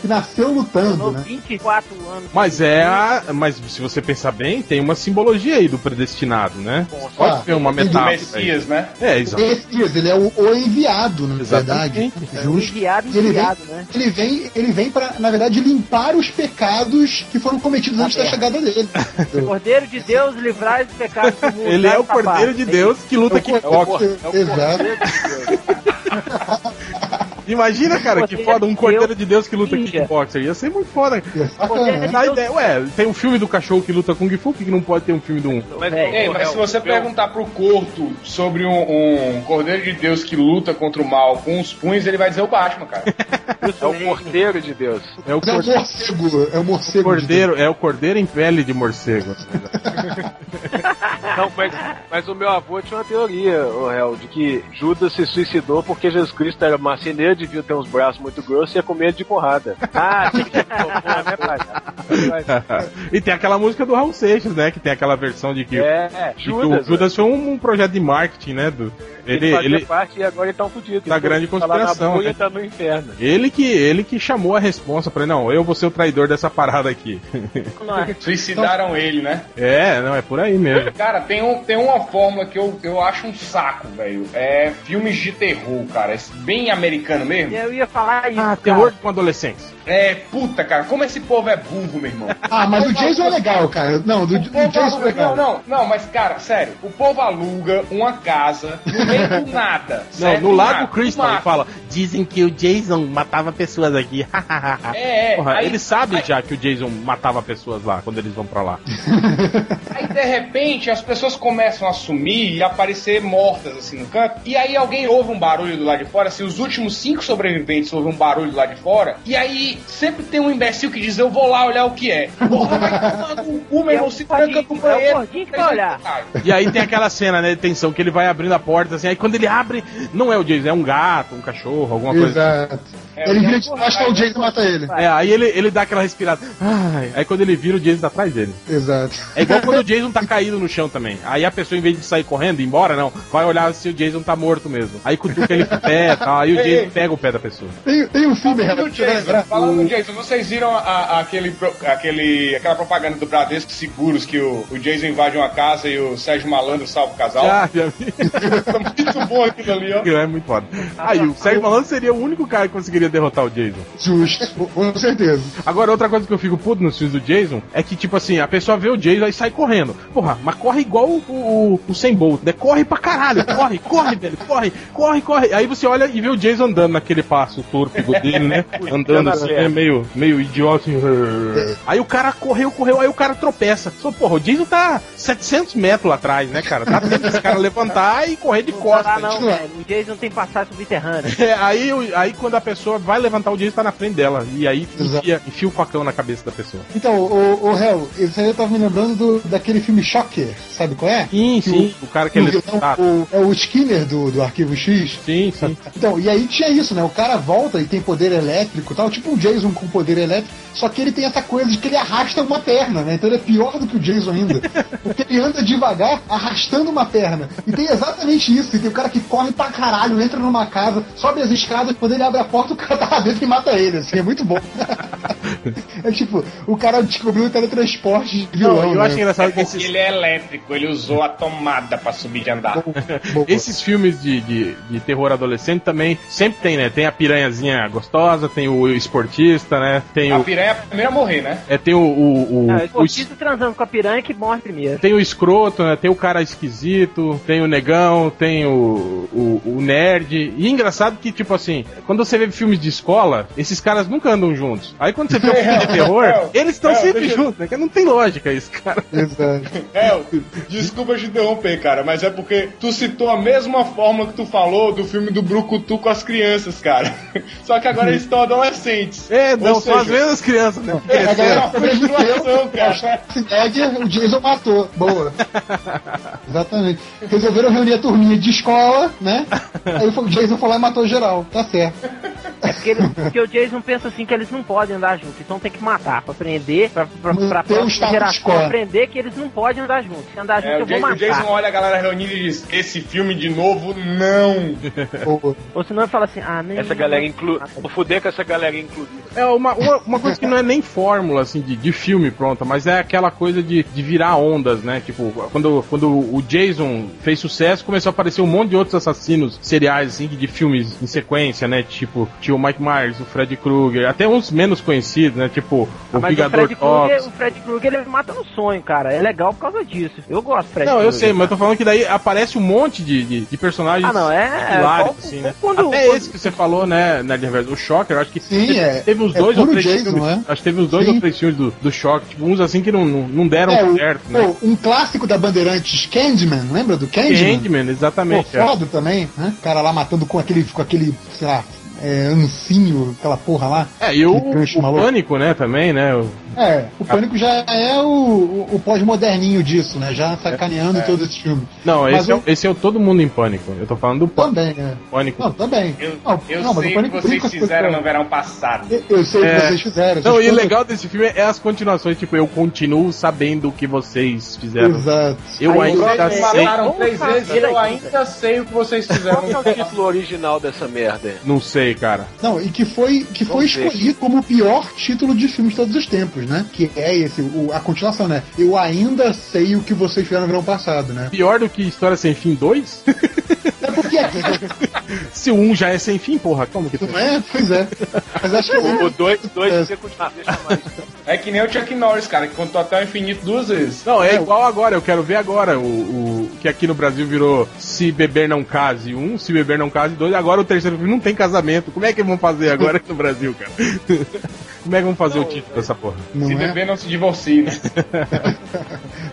Que nasceu lutando,
Funcionou
né?
24 anos.
Mas é a. Mas se você pensar bem, tem uma simbologia aí do predestinado, né? Pode
Ah,
ter uma
entendi.
Do
metáfora. aí.
Messias, né?
É, exato.
Esse, ele é o, o enviado, na
Exatamente. É
verdade. Justo.
é Enviado,
Ele
enviado, né?
Ele vem, ele vem para, na verdade, limpar os pecados que foram cometidos antes da
Tá
merda.
chegada dele.
Cordeiro de Deus, livrai dos pecados do mundo.
Ele é o
Rapaz,
Cordeiro de Deus É que luta kickbox.
É Exato.
Imagina, cara, que foda um Cordeiro de Deus que luta
é Ninja.
kickboxer. Ia ser muito foda.
é
Sacana,
É,
né?
Na ideia, ué, tem um filme do cachorro que luta Kung Fu, por que que não pode ter um filme do um?
(laughs) Mas,
Velho.
Ei, mas se você
um
perguntar pro Corto sobre um, um Cordeiro de Deus que luta contra o mal com os punhos, ele vai dizer o
(laughs)
Batman, cara.
É o porteiro de Deus.
É o
Mas É o
Cordeiro.
morcego, é o morcego.
Cordeiro, é o cordeiro em pele de
(laughs)
morcego.
Não, mas, mas o meu avô tinha uma teoria, o réu, de que Judas se suicidou porque Jesus Cristo era marceneiro, devia ter uns braços muito grossos e ia comer ele de porrada. Ah, (laughs) tem que ter porra, né, pai?
e tem aquela música do Raul Seixas, né? Que tem aquela versão de que,
É,
de que o
Judas.
Judas foi um, um projeto de marketing, né? Do,
Ele,
ele,
fazia
ele,
parte e agora ele tá um fudido.
Da grande conspiração,
Tá, lá na
né?
bolha, tá no inferno.
ele que ele que chamou a responsa pra ele, não, eu vou ser o traidor dessa parada aqui. (laughs)
né?
Então-
Suicidaram ele, né?
é, não, é por aí mesmo.
Cara, tem, um, tem uma fórmula que eu, eu acho um saco, velho. É filmes de terror, cara. Esse Bem americano mesmo.
Eu ia falar isso.
Ah,
cara.
terror com adolescência.
É, puta, cara, como esse povo é burro, meu irmão.
Ah, mas o Jason é legal, cara. Não, do,
O
do
povo
Jason é
aluga, não,
legal.
não, não, mas cara, sério, o povo aluga uma casa no meio do nada.
Não,
certo?
no
Ah,
Mato,
Lago Crystal ele
mato.
fala, dizem que o Jason matava pessoas aqui. (laughs)
É, é,
Porra,
aí-
ele sabe já que o Jason matava pessoas lá, quando eles vão pra lá.
Aí de repente as pessoas começam a sumir e aparecer mortas assim no canto. E aí alguém ouve um barulho do lado de fora. Assim, os últimos cinco sobreviventes ouvem um barulho do lado de fora. E aí sempre tem um imbecil que diz: Eu vou lá olhar o que é. Porra, vai tomar no cu, meu irmão, se tranca
gordinho,
no
é o
banheiro.
gordinho que vai olhar.
(laughs) E aí tem aquela cena, né, de tensão, que ele vai abrindo a porta, assim, aí quando ele abre, não é o Jason, é um gato, um cachorro, alguma coisa.
Exato.
É,
ele vira de costas o Jason mata ele.
né?
É, aí ele, ele dá aquela respirada. Ai, aí quando ele vira, o Jason tá atrás dele.
Exato.
É igual quando o Jason tá caído no chão também. Aí a pessoa, em vez de sair correndo e ir embora, não, vai olhar se o Jason tá morto mesmo. Aí cutuca ele pro pé e tal, aí o
Ei,
Jason
ei.
pega o pé da pessoa.
Tem, tem um filme, Renato,
Falando do
que você vai
Jason,
lembrar.
falando do Jason, vocês viram a- a- aquele, pro- aquele, aquela propaganda do Bradesco Seguros que o, o Jason invade uma casa e o Sérgio Malandro salva o casal?
Ah, já vi.
(laughs) Tá muito bom aquilo ali, ó.
é muito foda. Aí o Sérgio Malandro seria o único cara que conseguiria derrotar o Jason.
Justo, com certeza.
Agora, outra coisa que eu fico puto nos filmes do Jason é que, tipo assim, a pessoa vê o Jason e sai correndo. Porra, mas corre igual o, o, o Sem Bolt, né? Corre pra caralho, corre, corre, velho, corre, corre, corre. Aí você olha e vê o Jason andando naquele passo torto
(laughs)
dele, né? Andando assim, né? meio, meio idiota. assim. Aí o cara correu, correu, aí o cara tropeça. Só, porra, o Jason tá 700 metros lá atrás, né, cara? Dá tempo desse cara levantar e correr de
Não tá lá
costas.
não,
continua.
velho. O Jason tem passagem subterrânea.
É, aí, o- aí quando a pessoa vai levantar o Jason, tá na frente dela. E aí
Exato.
enfia, enfia o facão na cabeça da pessoa.
Então, o, o Hel, isso aí eu tava me lembrando do, daquele filme Shocker, sabe qual é?
Sim,
Que
sim. O cara que
o
ele
vilão,
tá.
o- é o Skinner do, do Arquivo X.
Sim, sim.
Então, e aí tinha isso, né? O cara volta e tem poder elétrico e tal, tipo o Jason com poder elétrico, só que ele tem essa coisa de que ele arrasta uma perna, né? Então ele é pior do que o Jason
(laughs)
ainda. Porque ele anda devagar arrastando uma perna. E tem exatamente isso. E tem o cara que corre pra caralho, entra
(laughs)
numa casa, sobe as escadas, quando ele abre a porta, o cara tá lá dentro e mata ele. Assim, é muito bom. É tipo, o cara descobriu o teletransporte de vilão.
Não, eu
né?
acho engraçado que
Porque
esses,
ele é elétrico, ele usou a tomada pra subir de andar.
(laughs)
Boa.
esses filmes de, de, de terror adolescente também sempre tem, né? Tem a piranhazinha gostosa, tem o esportista, né? Tem
A
o.
piranha é a primeira a morrer, né?
É, tem o. o, o-
Ah,
o
o Tito transando com a piranha que morre primeiro.
Tem o escroto, né? Tem o cara esquisito, tem o negão, tem o, o, o nerd. E engraçado que, tipo assim, quando você vê filmes de escola, esses caras nunca andam juntos. Aí quando você vê um filme de terror, eles estão
É,
sempre
deixa eu-
juntos, né? Que Não tem lógica isso, cara.
Exato.
É, desculpa te interromper, cara, mas é porque tu citou a mesma forma que tu falou do filme do Brucutu com as crianças, cara. (laughs) Só que (laughs) agora eles estão adolescentes.
É,
Ou
não, são
seja,
as mesmas crianças, né?
É, agora é uma continuação, cara.
Schwarzenegger, o Jason matou.
(laughs)
Boa. Exatamente. Resolveram reunir a turminha de escola, né? Aí o Jason foi lá e matou geral. Tá certo.
É porque, ele- porque o Jason pensa assim que eles não podem andar juntos, então tem que matar pra aprender, pra, pra,
Manter
pra
o
próxima
um status
geração
quo.
aprender que eles não podem andar juntos. Se andar juntos,
É, o,
eu vou
Ja- o Jason
matar.
olha a galera reunida e diz: Esse filme de novo, não.
Boa.
Ou senão ele fala assim, ah, nem.
Essa galera
é
inclu... Vou fuder com essa galera inclusiva.
É uma, uma, uma coisa que não é nem fórmula, assim, de, de filme pronta, mas é aquela coisa de, de virar ondas, né? Tipo, quando, quando o Jason fez sucesso, começou a aparecer um monte de outros assassinos seriais, assim, de filmes em sequência, né? Tipo, tinha o Mike Myers, o Fred Krueger, até uns menos conhecidos, né? Tipo, o
Ah, mas o
Vingador
Fred Krueger,
Tox.
o Fred Krueger, ele mata no sonho, cara. É legal por causa disso. Eu gosto do Fred
Não, eu
Krueger,
sei, mas eu
cara.
tô falando que daí aparece um monte de, de, de personagens
Ah, não, é-
hilários,
qual-
assim, né?
quando-
Até
quando-
esse que você falou, né, Nerd Reverso, o Shocker, acho que
Sim,
teve,
é-
teve uns
é
dois ou
puro
três
Jason,
filmes,
né?
acho que teve uns dois
Sim.
ou três filmes do, do Shocker, tipo, uns assim que não, não, não deram
É, o-
certo, né?
pô, um clássico da Bandeirantes, Candyman, lembra do Candyman?
Candyman,
Pô,
exatamente. é.
foda também, né? O cara lá matando com aquele, com aquele sei lá, é, ancinho, aquela porra lá.
É, e o,
Que gancho
o
maluco.
Pânico, né, também, né? o-
É, o Pânico já é o, o, o pós-moderninho disso, né? Já sacaneando todos esses filmes.
É. Não,
Mas
esse, é, o-
o-
esse é o Todo Mundo em Pânico, eu tô falando do Pânico.
Também, né?
Pânico.
Não, também.
Eu,
não,
eu
não, mas o
sei o que
Pânico
vocês
brinca com as coisas.
fizeram no verão passado.
Eu- Eu sei o
É.
que vocês fizeram.
Não,
vocês
e o
todos-
legal desse filme é as continuações, tipo, eu continuo sabendo o que vocês fizeram.
Exato.
Eu
Aí
ainda
vocês
sei.
Vamos fazer aqui,
sei o que vocês fizeram.
Qual que é o título original dessa merda?
Não sei, cara.
Não, e que foi, que foi
Vamos ver.
escolhido como o pior título de filme de todos os tempos, né? Que é esse, o- a continuação, né? Eu ainda sei o que vocês fizeram no verão passado, né?
Pior do que História Sem Fim (laughs) 2?
É porque
Se o 1 já é sem fim, porra, como que tu
não é? Pois é. Mas acho que
O o dois, dois,
É.
você continua, deixa mais.
É que nem o Chuck Norris, cara, que contou até o infinito duas vezes.
Não, é igual agora, eu quero ver agora o, o- que aqui no Brasil virou Se Beber Não Case um, Se Beber Não Case dois. agora o terceiro filme não tem casamento. Como é que vão fazer agora aqui no Brasil, (laughs) cara? Como é que vão fazer o título dessa porra?
Não
Se
é?
beber, não se divorcie, né?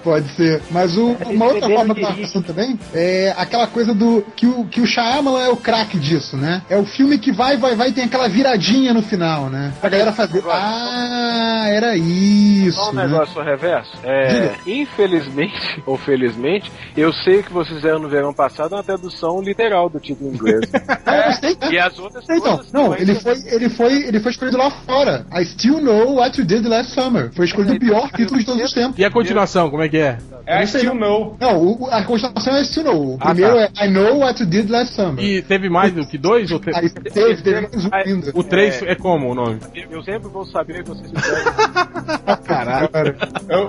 Pode ser. Mas o- uma outra
beber
forma
não
que eu tava
dirige.
pensando também é aquela coisa do que o, que o Shyamalan é o craque disso, né? É o filme que vai, vai, vai e tem aquela viradinha no final, né? Pra galera fazer. Ah, era
Só um
isso. né?
negócio reverso. É, infelizmente, (laughs) ou felizmente, eu sei o que vocês fizeram no verão passado é uma tradução literal do título em inglês.
Ah, eu sei.
(laughs) e as outras
Então,
todas
não,
são
ele foi, ele foi, ele foi escolhido lá fora. I still know what you did last summer. Foi escolhido o pior título de todos os tempos.
E a continuação, como é que é?
É I Still Know.
Não, o- a constatação é I still know. O
Ah,
primeiro
tá.
é I know what you did last summer.
E teve mais do que dois? Ou te-
Aí teve, teve mais um ainda.
O três é como o nome?
Eu sempre vou saber o que vocês fizeram.
Caralho.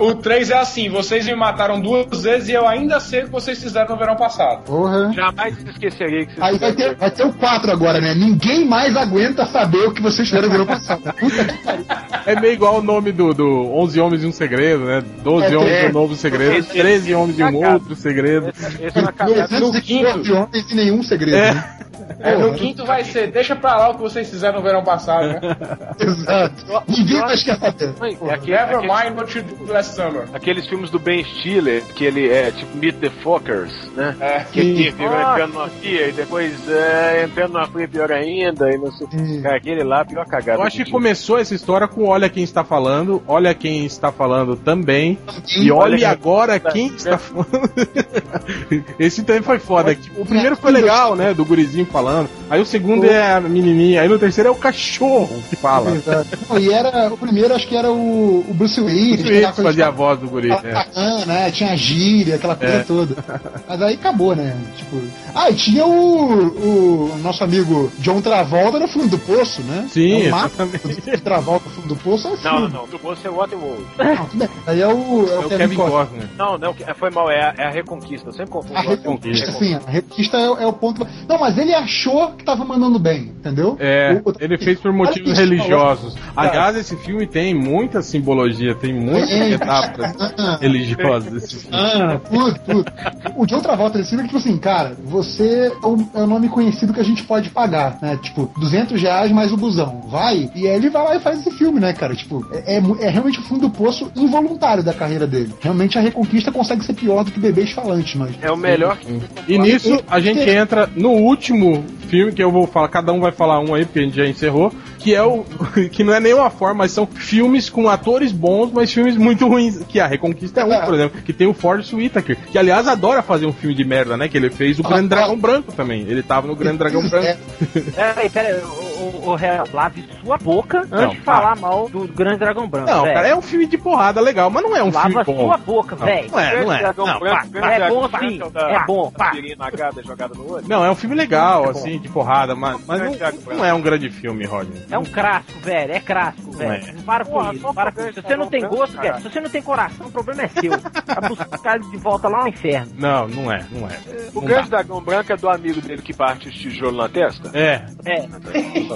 O 3 é assim: vocês me mataram duas vezes e eu ainda sei o que vocês fizeram no verão passado.
Porra.
Jamais esquecerei que vocês
Aí vai ter, vai ter o 4 agora, né? Ninguém mais aguenta saber o que vocês fizeram no verão passado. Puta que pariu.
É meio igual o nome do, do 11 Homens e um Segredo, né? 12
É,
Homens e
é.
um Novo Segredo,
Esse-
13 Homens e um Outro Segredo.
Esse, esse é uma cagada.
214 homens e nenhum segredo.
É.
Né?
É, no quinto vai ser: deixa pra lá o que vocês fizeram no verão passado, né?
(laughs) Exato. Ninguém mais quer saber.
Mãe, é aquele-
Never
aquele-
mind what you did last summer.
Aqueles filmes do Ben Stiller, que ele é tipo Meet the Fuckers, né?
É.
Que
(laughs)
ele fica
Nossa.
entrando numa fria e depois é, entrando numa fria pior ainda e não sei.
Sim.
Cara, aquele lá, pior cagada.
Eu acho que
do dia.
começou essa história com Olha Quem Está Falando, Olha Quem Está Falando também, e
olha
Olhe
quem-
Agora Quem Está Falando. (laughs) Esse também foi foda. O primeiro foi legal, né, do gurizinho falando. Aí o segundo é a menininha, aí no terceiro é o cachorro que fala.
Exato. Não, e era o primeiro, acho que era o, o Bruce
(laughs)
Willis.
Isso ele
aquela coisa de-
fazia a voz do guri.
Aquela
né?
sacana, né? Tinha gíria, aquela coisa toda. Mas aí acabou, né? Tipo. Ah, e tinha o, o nosso amigo John Travolta no fundo do poço, né?
Sim,
é o mapa
exatamente.
do Travolta no fundo do Bolso é o
Não,
filme.
não, não. Do bolso é Waterworld.
Não, tudo bem. Aí é o, é
É
o
o
Kevin,
Kevin
Costner.
Costner.
Não, não, é- foi mal, é a, é a Reconquista. Eu sempre confundo.
A reconquista, sim, a reconquista é, é o ponto. Não, mas ele achou que tava mandando bem, entendeu?
É,
O- o-
ele fez por
Olha
motivos
isso,
religiosos. Aliás, esse filme tem muita simbologia, tem muitas
É.
etapas
Ah,
religiosas desse filme.
Ah, tudo, tudo. O de outra volta desse filme é tipo assim, cara, você é o, é o nome conhecido que a gente pode pagar, né? Tipo, 200 reais mais o busão. Vai, e aí ele vai lá e faz esse filme, né, cara? Tipo, é, é mu- é realmente o fundo do poço involuntário da carreira dele. Realmente a Reconquista consegue ser pior do que Bebês Falantes, mas.
É o melhor que
E nisso a gente entra no último filme que eu vou falar, cada um vai falar um aí, porque a gente já encerrou, que é o. (laughs) que não é nenhuma forma, mas são filmes com atores bons, mas filmes muito ruins. Que a Reconquista é um, por exemplo, que tem o Forrest Whitaker, que aliás adora fazer um filme de merda, né? Que ele fez o Grande Dragão Branco também. Ele tava no Grande Dragão Branco.
É,
Peraí, peraí, ô, ô, ô, Real, lave sua boca antes
Não, tá.
de falar mal do Grande Dragão Branco.
Não,
velho.
cara, é um filme de porrada legal, mas não é um
Lava
filme bom.
sua boca, velho.
Não é, não é. Não, pá,
pá. É bom sim, é bom, pá.
Nagada jogada no olho.
Não, é um filme
É
legal,
bom.
assim, de porrada, mas, mas
Grande Dragão
não,
Branco.
não é um grande filme, Rodney.
É um clássico, velho. É clássico, velho. Não Para com
Porra,
isso,
só
para com
porque
isso. Se
eles
você não
falam
tem
tanto,
gosto, velho,
caralho.
se você não tem coração, o problema é seu. Vai buscar ele de volta lá no inferno.
Não, não é, não é.
O
Não
grande
dá.
dragão branco é do amigo dele que parte os tijolos na testa?
É,
É.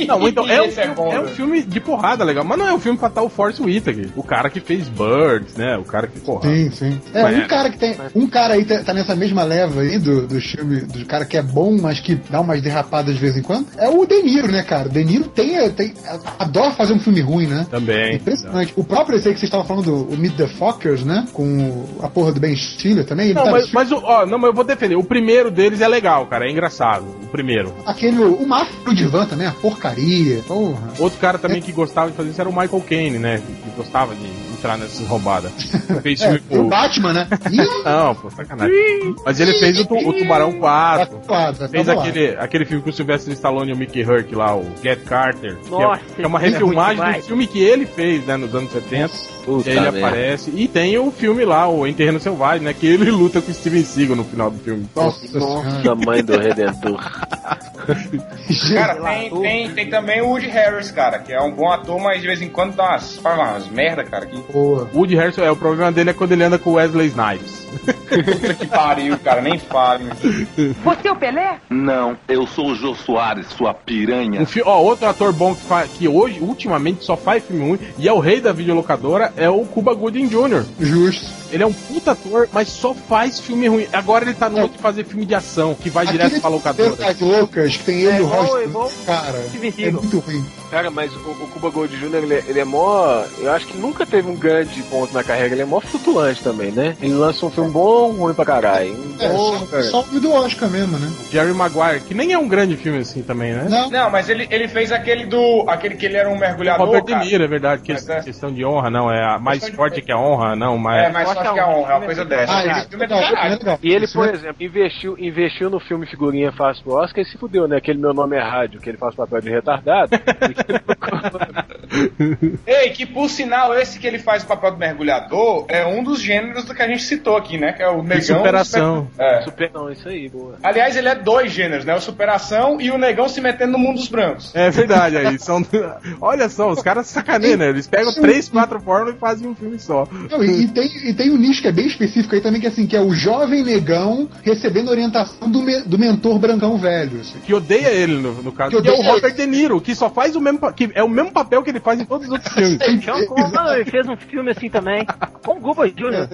Não,
(laughs)
então é um,
Esse é
filme-
bom,
é um
velho.
filme de porrada legal, mas não é um filme pra tal Force Whitaker. O cara que fez Birds, né? O cara que porrada.
Sim, sim. É, um cara que tem. Um cara aí tá, tá nessa mesma leva aí do, do filme, do cara que é bom, mas que dá umas derrapadas de vez em quando, é o De Niro, né, cara? O De Niro tem, tem. Adora fazer um filme ruim, né?
Também.
Impressionante. O próprio esse aí que vocês estavam falando, o Meet the Fockers, né? Com o- a porra do Ben Stiller também. Ele
Não,
tá
mas, mas o- ó, não, mas eu vou defender. O primeiro deles é legal, cara. É engraçado. O primeiro.
Aquele, o Mafia do Divan também, a porcaria. Porra.
Outro cara
É.
também que gostava de fazer isso era o Michael Caine, né? Que gostava de entrar
(laughs)
nessas roubadas. Fez
É,
filme
e o
com.
Batman, (laughs) né? Ih,
Não, pô, sacanagem. Mas ele fez o, Tu- o Tubarão 4.
quadra,
Fez
vamos lá.
aquele, aquele filme com o Sylvester Stallone e o Mickey Herc lá, o Get Carter. que é-
Nossa,
que é, uma
esse filme é ruim
refilmagem do
demais.
filme que ele fez, né, nos anos 70.
Puta
E aí ele
merda.
aparece. E tem o filme lá, o Em Terreno Selvagem, né? Que ele (laughs) luta com o Steven Seagal no final do filme.
Nossa senhora.
Nossa, mãe do Redentor.
Cara, tem, tem, tem também o Woody Harris, cara, que é um bom ator, mas de vez em quando dá umas, faz umas merda, cara. Que
Boa.
O Woody Harrison, é, o problema dele é quando ele anda com o Wesley Snipes.
puta que pariu, cara, nem fale. meu.
Você é o Pelé?
Não, eu sou o Jô Soares, sua piranha.
Um fi- ó, outro ator bom que, fa- que hoje, ultimamente, só faz filme ruim e é o rei da videolocadora, é o Cuba Gooding Jr.
Justo.
Ele é um puta ator, mas só faz filme ruim. Agora ele tá no de fazer filme de ação, que vai direto pra locadora.
As loucas que tem ele
É,
e o
igual-
Roger.
igual
Cara,
Steven
é
Seagal.
muito ruim.
Cara, mas o, o Cuba Gold Jr., ele, é- ele é mó. Eu acho que nunca teve um grande ponto na carreira, ele é mó flutuante também, né? Ele lança um filme bom, ruim pra caralho. Um
É,
bom,
só,
cara.
só o do Oscar mesmo, né?
Jerry Maguire, que nem é um grande filme assim também, né?
Não,
Não, mas ele, ele fez aquele do. aquele que ele era um mergulhador.
Robert De
cara.
Niro, é verdade. Que
Mas é.
Questão de honra, não. É a mais
Questão de-
forte que a honra, não. Mas...
É, mas só acho que é honra, é uma coisa dessa.
Ah,
Esse
esse
filme é
filme
do caralho.
legal.
E ele,
Esse filme
por
é-
exemplo, investiu, investiu no filme Figurinha Fácil pro Oscar e se fudeu, né? Aquele meu nome é rádio, que ele faz papel
(laughs)
de retardado.
Ei, que por sinal, esse que ele faz o papel do mergulhador é um dos gêneros do que a gente citou aqui, né? Que é o negão.
superação.
super- É.
Super, não, isso aí, boa.
Aliás, ele é dois gêneros, né? O superação e o negão se metendo no mundo dos brancos.
É verdade, aí são. (laughs) Olha só, os caras sacaneiam, né? Eles pegam três, quatro pornos e fazem um filme só.
Não, e, e tem, e tem um nicho que é bem específico aí também, que é assim, que é o jovem negão recebendo orientação do, me- do mentor brancão velho. assim.
Que odeia ele, no, no caso.
Que
Que é o
odeia ele.
Robert De Niro, que só faz o mesmo. pa- Que é o mesmo papel que ele faz em todos os outros filmes.
Sean Connery fez um filme assim também. Com o Cuba Jr.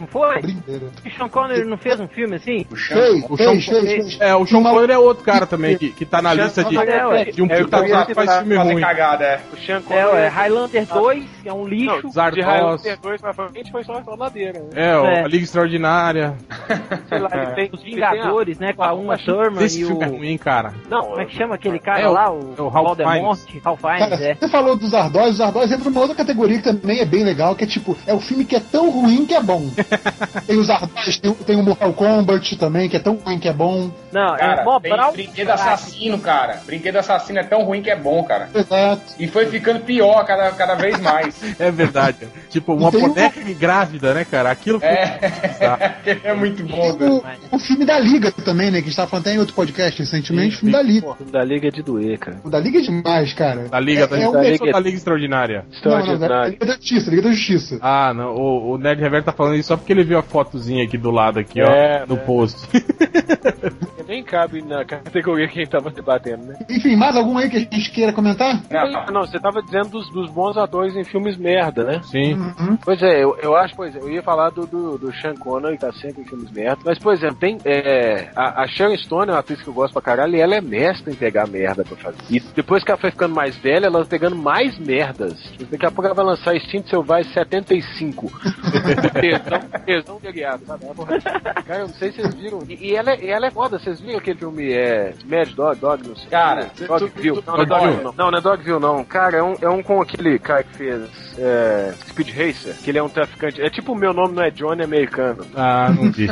Não foi?
Brincadeira.
O Sean Connery não fez um filme assim?
Fez,
O Sean
fez, fez, fez.
É, o Sean
Uma-
Connery é outro cara também, que, que tá na
Sean
lista de,
Connery é
de um
É, eu
puta
também
ator que faz
acho
filme
Fazer
ruim.
Então, tá cagada, é.
O Sean
É, ué,
Connery
Highlander 2, que é um lixo.
Não, de
Zardos.
Highlander 2 pra frente foi só só ladeira,
(laughs)
né?
É, o
É.
A Liga Extraordinária.
Sei lá, ele tem
Os Vingadores, né? Com a Uma Thurman
Esse
e
filme é
o.
ruim, cara.
Não,
Como é que chama aquele cara
É o-
lá?
é
O
o Ralph
Valdemort? Ralph Fiennes,
Cara,
é.
você falou dos Ardós, os Ardós entra numa outra categoria que também é bem legal, que é tipo, é o filme que é tão ruim que é
(laughs)
bom. tem os Ardós, tem, o- tem o Mortal Kombat também, que é tão ruim que é bom.
Não, é
Cara,
Bob
tem
Brown.
brinquedo assassino, cara. Brinquedo assassino é tão ruim que é bom, cara.
Exato.
E foi ficando pior cada, cada vez mais. (laughs)
(laughs)
É verdade. tipo, uma
Tem um-
(laughs) boneca grávida, né, cara? Aquilo foi
É. é muito muito bom,
O,
velho.
o filme da Liga também, né? Que a gente tava falando até em outro podcast recentemente. O filme da Liga.
O filme da Liga é de doer, cara.
O da Liga é demais, cara.
Da Liga,
é,
da,
é o
da,
melhor-
Liga, ou da Liga Extraordinária.
Não, não, da
Extraordinário.
Liga da Justiça, Liga da Justiça.
Ah, não, o, o Nerd Reverso tá falando isso só porque ele viu a fotozinha aqui do lado, aqui, ó,
É,
no
né?
post. (laughs)
Nem cabe na categoria que a gente tava debatendo, né?
Enfim, mais algum aí que a gente queira comentar?
Não,
Ah, não, você tava dizendo dos, dos bons atores em filmes merda, né?
Sim.
Pois é, eu, eu acho, pois é, eu ia falar do, do, do Sean Connery, que tá sempre em filmes merda. Mas, por exemplo, tem. é, a, a Sharon Stone é uma atriz que eu gosto pra caralho e ela é mestra em pegar merda pra fazer. E depois que ela foi ficando mais velha, ela vai pegando mais merdas. Tipo, Daqui a pouco ela vai lançar Instinto Selvagem 75. (laughs) tesão, tesão de aliado, sabe? Ela porra. Cara, eu não sei se vocês viram. E, e ela, é- e ela é foda, vocês viram aquele filme é, Mad Dog, Dog, não sei.
Cara,
Dogville.
tu-
Não, não é
Dogville.
Dogville, não. Não, não é Dogville, não. Cara, é um, é um com aquele cara que fez é, Speed Racer, que ele é um traficante. É tipo o meu nome não é Johnny americano.
Ah, não vi.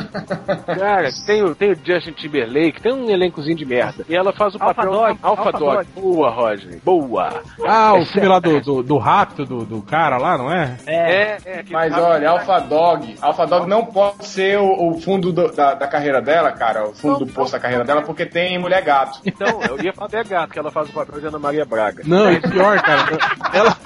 Cara, tem o, tem o Justin Timberlake, tem um elencozinho de merda. E ela faz o
Alpha
papel
Dog,
Alpha,
Alpha
Dog. Boa, Roger. Boa.
Ah, o filme lá do, do, do rapto do, do cara lá, não é?
É, é. que
Mas
sabe-
olha, Alpha Dog, Alpha Dog não pode ser o, o fundo do- da, da carreira dela, cara, o fundo do poço da carreira dela, porque tem mulher gato.
Então, eu ia falar até gato, que ela faz o papel de Ana Maria Braga.
Não, e pior, cara. (laughs) Ela,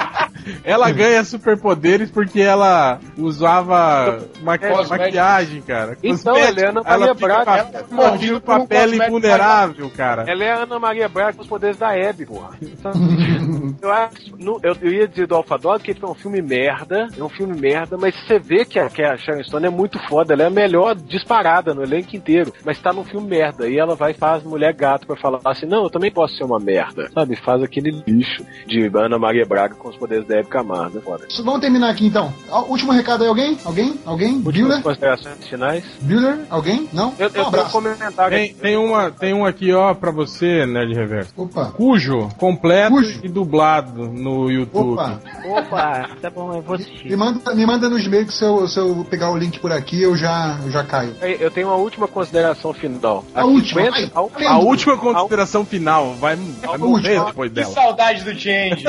ela ganha superpoderes porque ela usava maqui-
Cosméticos.
maquiagem, cara.
É, Então,
Cosméticos.
Helena Maria
ela fica
Braga,
com a-
ela é
mordida com a
mordida
pele
por um
vulnerável, cara.
Ela é a Ana Maria Braga com os poderes da Hebe, porra. Então,
(laughs)
eu, acho, no- eu, eu ia dizer do Alpha Dog que ele é um filme merda, é um filme merda, mas você vê que a, que a Sharon Stone é muito foda, ela é a melhor disparada no elenco inteiro, mas tá num filme merda, e ela vai e faz mulher gato pra falar assim, não, eu também posso ser uma merda, sabe? Faz aquele lixo de Ana Maria Braga com os poderes da Hebe Camargo, foda.
Isso, Vamos terminar aqui então. Ó, Último recado aí, alguém? Alguém? Alguém?
Últimas
Bueller?
considerações finais?
Bueller? Alguém? Não? né? um
Eu, eu tenho um
abraço.
comentário
Tem, tem, uma, tem um aqui, ó, pra você, Nerd Reverso.
Opa.
Cujo, completo
Cujo.
e dublado no YouTube.
Opa.
Opa, tá bom, eu vou
Me
assistir.
manda, me manda no e-mail que se eu, se eu pegar o link por aqui, eu já, eu já caio.
Aí, Eu tenho uma última consideração final.
A última, tá vai.
ao-
Lembra?
A última consideração final vai, vai morrer
última.
depois
Que
dela.
saudade do Change.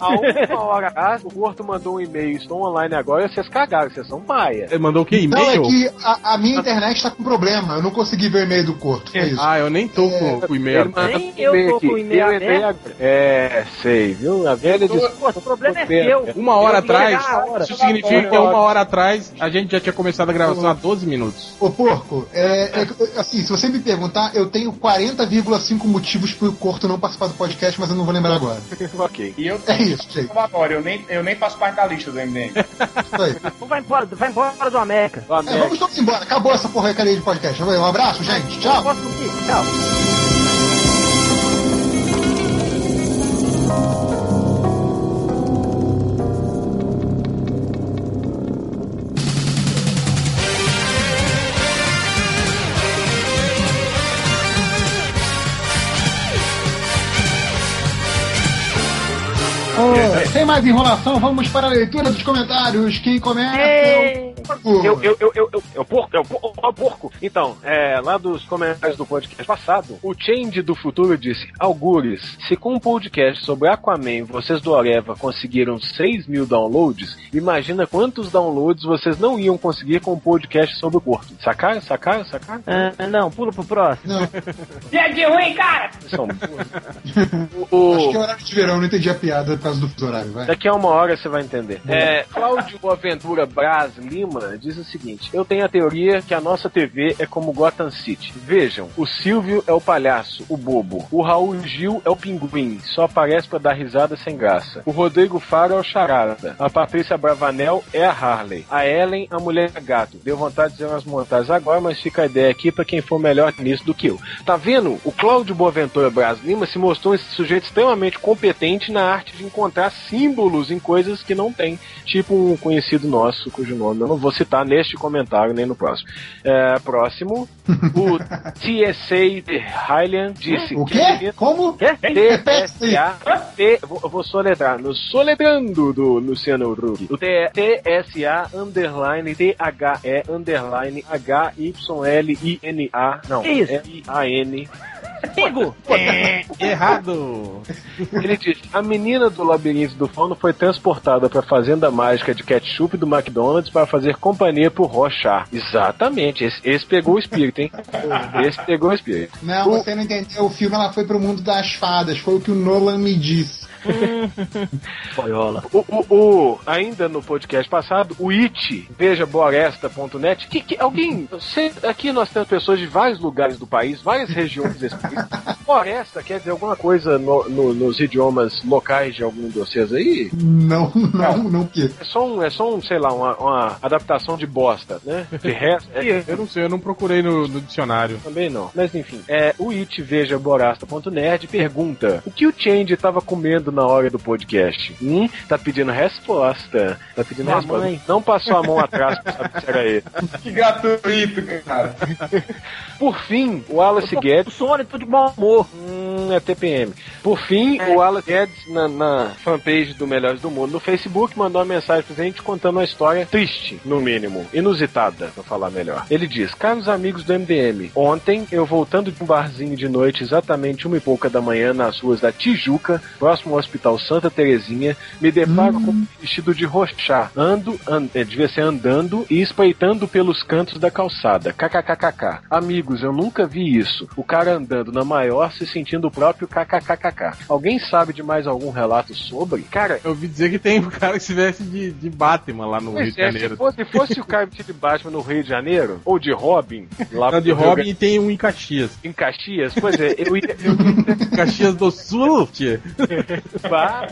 A última hora, ah, o Gordo mandou um e-mail, estou online agora, vocês cagaram, vocês são baia.
Ele mandou o quê?
Não, é
E-mail?
que a, a minha internet tá com problema. Eu não consegui ver o e-mail do Corto. Foi isso.
Ah, eu nem tô com, com o
Ele
e-mail.
mandou
Nem
um
eu tô
aqui.
com o e-mail
Eu entrei agora. É, sei, viu? A velha disse.
Pô, o problema é
Então, Pera.
seu.
Uma hora
Eu vim olhar
atrás,
a hora.
isso significa que uma hora atrás a gente já tinha começado a gravação há 12 minutos.
Ô, porco, é, é, assim, se você me perguntar, eu tenho 40,5 motivos pro Corto não participar do podcast, mas eu não vou lembrar agora.
(laughs) ok.
E eu
É isso, gente.
agora, eu nem, eu nem faço parte da lista do MDM.
Isso aí.
Então vai embora, vai embora do América.
Boa
É,
merda.
vamos todos embora. Acabou essa porcaria de podcast. Um abraço, gente. Tchau.
Posso ir? Tchau.
Ô, Sem mais enrolação, vamos para a leitura dos comentários. Quem começa? é o Porco.
Eu, eu, eu, eu, eu, eu, porco, eu, por- ó, porco. Então, é, lá dos comentários do podcast passado, o Change do Futuro disse: Algures, se com um podcast sobre Aquaman vocês do Areva conseguiram 6 mil downloads, imagina quantos downloads vocês não iam conseguir com um podcast sobre o Gordo. Sacaram, sacaram, sacaram?
Ah, não, pula pro próximo.
Não,
São burros.
acho
(laughs) o,
que é horário de verão, não entendi a piada por causa do fuso horário, vai.
Daqui a uma hora você vai entender. É, Cláudio Aventura Braz Lima diz o seguinte: Eu tenho a teoria que a nossa TV é como Gotham City. Vejam, o Silvio é o palhaço, o bobo. O Raul Gil é o pinguim, só aparece pra dar risada sem graça. O Rodrigo Faro é o charada. A Patrícia Bravanel é a Harley. A Ellen, a mulher é gato. Deu vontade de dizer umas montagens agora, mas fica a ideia aqui pra quem for melhor nisso do que eu. Tá vendo? O Cláudio Boaventura Braz Lima se mostrou um sujeito extremamente competente na arte de encontrar símbolos em coisas que não tem. Tipo um conhecido nosso, cujo nome eu não vou citar neste comentário nem no próximo. É, próximo, o
(laughs)
TSA de Highland disse.
O quê?
(laughs)
Como?
Quê?
TSA. Vou vou soletrar. No soletrando do Luciano Huck. O T- TSA underline THE underline H-Y-L-I-N-A. Não,
Que isso?
I-A-N.
Bingo!
Errado!
Ele diz: A menina do labirinto do fauno foi transportada para a fazenda mágica de ketchup do McDonald's para fazer companhia pro Rochar. Exatamente, esse, esse pegou o espírito,
(laughs)
hein? Esse pegou o espírito.
Não, você não entendeu. O filme ela foi pro mundo das fadas. Foi o que o Nolan me disse.
Foiola. O, o- o- ainda no podcast passado, o It, veja boresta.net, que, que alguém, se- aqui nós temos pessoas de vários lugares do país, várias regiões desse país. Boresta quer dizer alguma coisa no- no- nos idiomas locais de algum de vocês aí?
Não, não, não que.
É só um, é só um sei lá, uma, uma adaptação de bosta, né? De resto, é,
Eu não sei, eu não procurei no, no dicionário.
Também não. Mas enfim, é, o It Veja Borasta.nerd pergunta: O que o Change tava comendo na hora do podcast? Hum, tá pedindo resposta. Tá pedindo
Minha
resposta.
mãe.
Não passou a mão atrás pra saber se era ele.
Que gratuito, cara.
Por fim,
(laughs)
o Wallace
O
Guedes.
Sônia, tudo de bom amor.
Hum, é TPM. Por fim, o Wallace Guedes, na, na fanpage do Melhores do Mundo no Facebook, mandou uma mensagem pra gente contando uma história triste, no mínimo, inusitada, pra falar melhor. Ele diz: Caros amigos do MDM, ontem eu voltando de um barzinho de noite, exatamente uma e pouca da manhã, nas ruas da Tijuca, próximo ao Hospital Santa Terezinha, me deparo com
Hum.
um vestido de rochá. Ando, an- eh, devia ser andando e espreitando pelos cantos da calçada. KKKKK. Amigos, eu nunca vi isso. O cara andando na maior se sentindo o próprio KKKKK. Alguém sabe de mais algum relato sobre? Cara.
Eu ouvi dizer que tem um cara que se veste de, de Batman lá no Rio
Pois
de
é, se
Janeiro.
fosse, se fosse o cara vestido de Batman no Rio de Janeiro, ou de tá Robin, lá
Não, Tá de
pro Rio
Robin
Grande-
e tem um em Caxias.
em Caxias, pois é, eu ia, eu
Caxias do Sul, tia.
ia pá,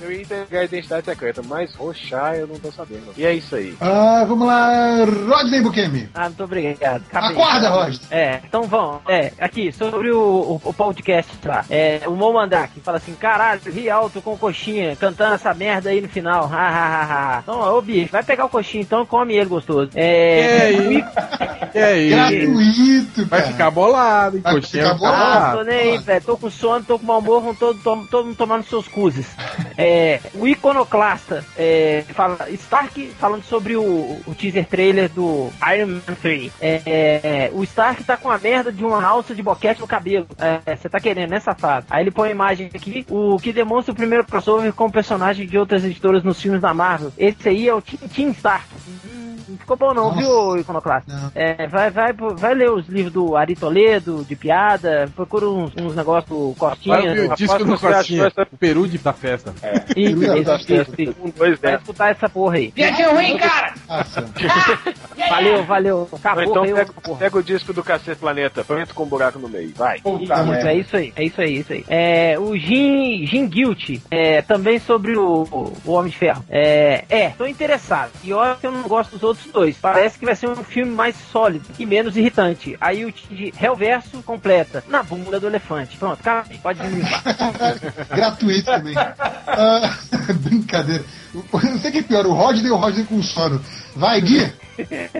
eu ia entregar a identidade secreta, mas roxar eu não tô sabendo. E é isso aí.
Ah, vamos lá, Rodney Bukemi.
(laughs) Ah, muito obrigado.
Tá
Acabei.
Acorda, Rodney.
É, então vão. É, aqui, sobre o, o, o podcast lá. É, o Momandak fala assim: caralho, ri alto com coxinha, cantando essa merda aí no final. (laughs) Ha, ha, ha, ha. Então, ô bicho, vai pegar o coxinho então e come ele gostoso. É.
É aí. É isso.
Gratuito,
Vai
cara.
ficar bolado, hein?
Vai
coxinha.
ficar bolado.
Ah,
Ah,
tô nem aí, velho. Tô com sono, tô com mau humor, vão todo, tom- todo mundo tomando seus cuses. É, o Iconoclasta é, fala, Stark falando sobre o, o teaser trailer do Iron Man 3. É, é, o Stark tá com a merda de uma alça de boquete no cabelo. É, Você tá querendo, né, safado? Aí ele põe a imagem aqui, o que demonstra o primeiro crossover com personagens de outras editoras nos filmes da Marvel. Esse aí é o Tim, Tim Stark. Hum, Não ficou bom não,
Nossa.
viu, Iconoclasta?
Não.
É, vai, vai, vai ler os livros do Ari Toledo, de piada, procura uns, uns negócios do Costinha.
Olha o
rapaz,
disco do
você acha-
Coxinha. O peru de, da festa.
Ih,
Eu ia
isso,
dar
isso, isso.
Um, dois,
Vai
dez.
escutar essa porra aí.
Viadinho ruim, cara!
Nossa.
Valeu, valeu.
Ou
Acabou,
então
aí,
pega,
porra.
pega o disco do Cacete Planeta, preto com um buraco no meio, vai.
Puta
Isso,
merda.
né?
é isso aí, é isso aí, é isso aí. É, o Jim, Jim Guilty, é, também sobre o, o Homem de Ferro. É, é, tô interessado. E olha que eu não gosto dos outros dois. Parece que vai ser um filme mais sólido e menos irritante. Aí o Tid Hellverso completa. Na bunda do elefante. Pronto, cara, pode me limpar.
Gratuito também. Ah, (laughs) brincadeira. Não sei o que é pior, o Rodney ou o Rodney com sono. Vai, Gui.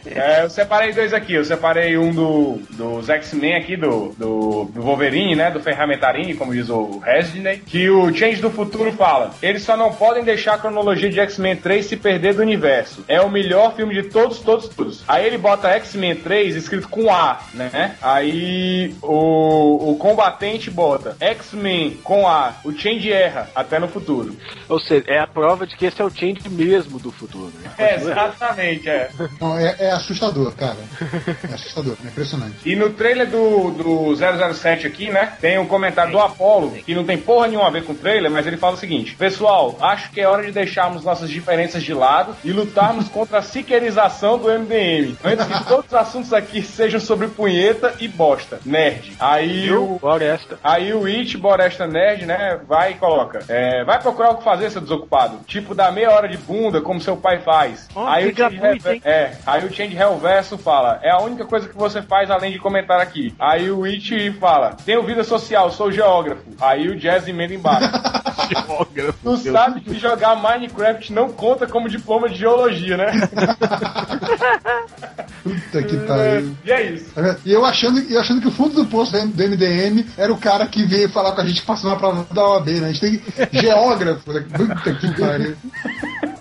É, eu separei dois aqui. Eu separei um do, dos X-Men aqui, do, do, do Wolverine, né? Do Ferramentarini, como diz o Resney. Que o Change do Futuro fala. Eles só não podem deixar a cronologia de X-Men 3 se perder do universo. É o melhor filme de todos, todos, todos. Aí ele bota X-Men 3 escrito com A, né? Aí o, o combatente bota X-Men com A. O Change erra até no futuro.
Ou seja, é a prova de que esse é o change mesmo do futuro. né?
É, exatamente, é.
Não, é, é assustador, cara. É assustador, é impressionante.
E no trailer do, do 007 aqui, né? Tem um comentário do Apollo que não tem porra nenhuma a ver com o trailer, mas ele fala o seguinte: Pessoal, acho que é hora de deixarmos nossas diferenças de lado e lutarmos contra a siquerização do MDM. Antes que todos os assuntos aqui sejam sobre punheta e bosta. Nerd. Aí o.
Floresta.
Aí o It, Boresta Nerd, né, vai e coloca. É, vai procurar o que fazer, seu desocupado. Tipo, dá meia hora de bunda, como seu pai faz.
Ó,
aí, o
que
Change
gratuito,
Rever-
hein?
é, aí o Change Hellverso fala, é a única coisa que você faz além de comentar aqui. Aí o It fala, tenho vida social, sou geógrafo. Aí o Jazz
(laughs)
emenda embaixo.
Geógrafo.
Tu sabe que jogar Minecraft não conta como diploma de
(laughs)
geologia, né?
Puta que pariu.
e é isso.
Tá vendo? E eu achando, e eu achando que o fundo do poço do M- do MDM era o cara que veio falar
(laughs)
com a gente que passou na prova da OAB, né? A gente tem geógrafo. né? Puta que pariu.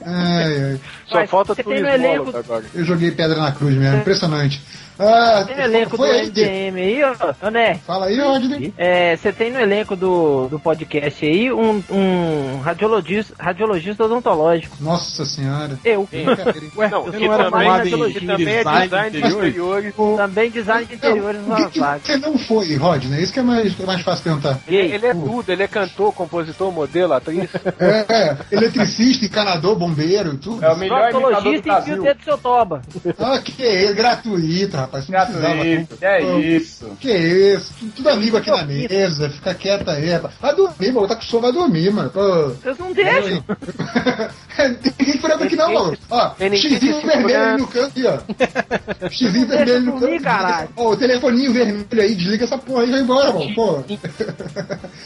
Ai, ai.
Só
Mas
falta
você
tu
tem no
esmola
elenco-
agora.
Eu joguei pedra na cruz mesmo, impressionante. Ah,
Tem no É. elenco do
foi aí, Diego.
MDM aí, ó, né?
Fala aí, Rodney.
É, Você tem no elenco do, do podcast aí um, um radiologista, radiologista odontológico.
Nossa senhora.
Eu.
Brincadeira, hein?
Ué,
Não,
você
que
não era
também-
formado em
que
em
também é
design
design de
interior?
interior.
(laughs) Também design de interiores
Não, Então, o
nas
que, que
vagas.
você não foi, Rodney? Isso que é mais, é mais fácil perguntar.
Gay.
Ele é tudo, ele é cantor, compositor,
(laughs)
modelo, atriz.
É, é, eletricista, encanador, bombeiro, tudo.
É o melhor imitador do
Proctologista e enfia o
Brasil.
dedo do seu toba.
Ah, que é isso, gratuito, rapaz. Isso não precisava.
Gratuito. É isso.
Que é isso, tu- tudo amigo aqui na mesa, fica quieto aí, rapaz. Vai dormir, mano, tá com sono, vai dormir, mano. Pô.
Vocês não deixam.
Tem ninguém furando aqui não, mano. Ó,
Tem ninguém
xizinho
se
vermelho aí
segurando.
no canto aí, ó. Xizinho vermelho no canto.
dormir, caralho.
Ó, o telefoninho vermelho aí, desliga essa porra aí e vai embora, mano. Pô.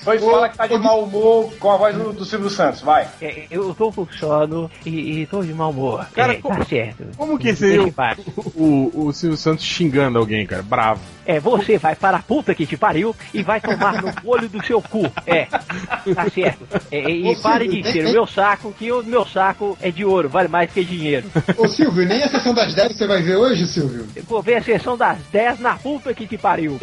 Pois
Ô,
fala que tá de
ô,
mau humor com a voz do, do Silvio Santos, vai.
É, Eu tô com sono e, e tô de mau humor.
Cara,
é,
como-
tá certo.
Como que
Deixa
seria
em paz.
o, o Silvio Santos xingando alguém, cara? Bravo.
É, você vai para a puta que te pariu e vai tomar no olho do seu cu. É, tá certo. É, e
Ô,
pare de
Silvio,
encher
tem-
o meu saco, que o meu saco é de ouro, vale mais que dinheiro.
Ô, Silvio, nem a sessão das 10 você vai ver hoje, Silvio?
Eu Vou ver a sessão das 10 na puta que te pariu.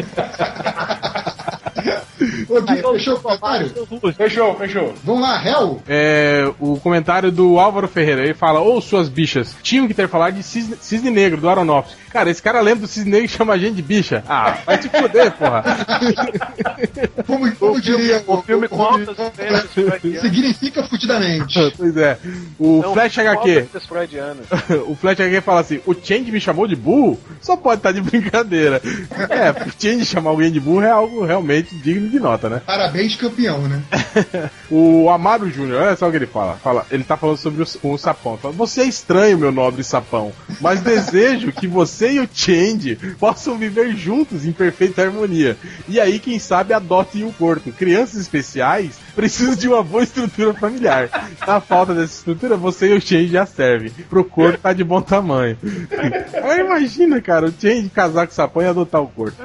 Ô,
Aí
Diego,
eu
fechou o
vou tomar
comentário?
no seu cu.
Fechou, fechou.
Vamos lá, réu?
É, o comentário do Álvaro Ferreira, ele fala, ô suas bichas, tinham que ter falado de cisne, Cisne negro, do Aronofsky. Cara, esse cara lembra do cisne negro e chama a gente de bicha. Ah, vai te foder, porra.
Como, como diria o,
filme com
Rodney,
(laughs)
altas referências freudianas.
Significa fudidamente.
pois é. O Flash HQ,
Altas freudianas.
o Flash HQ fala assim, o Change me chamou de burro? Só pode estar de brincadeira. É, o Change chamar alguém de burro é algo realmente digno de nota, né?
Parabéns, campeão, né?
O Amaro Júnior, olha só o que ele fala. fala ele tá falando sobre o, o sapão. Fala, você é estranho, meu nobre sapão, mas desejo que você e o Change possam viver juntos em perfeita harmonia. E aí, quem sabe, adotem o corpo. Crianças especiais precisam de uma boa estrutura familiar. Na falta dessa estrutura, você e o Change já servem. Pro corpo tá de bom tamanho. (laughs) Aí imagina, cara, o Change casar com o sapão e adotar o corpo.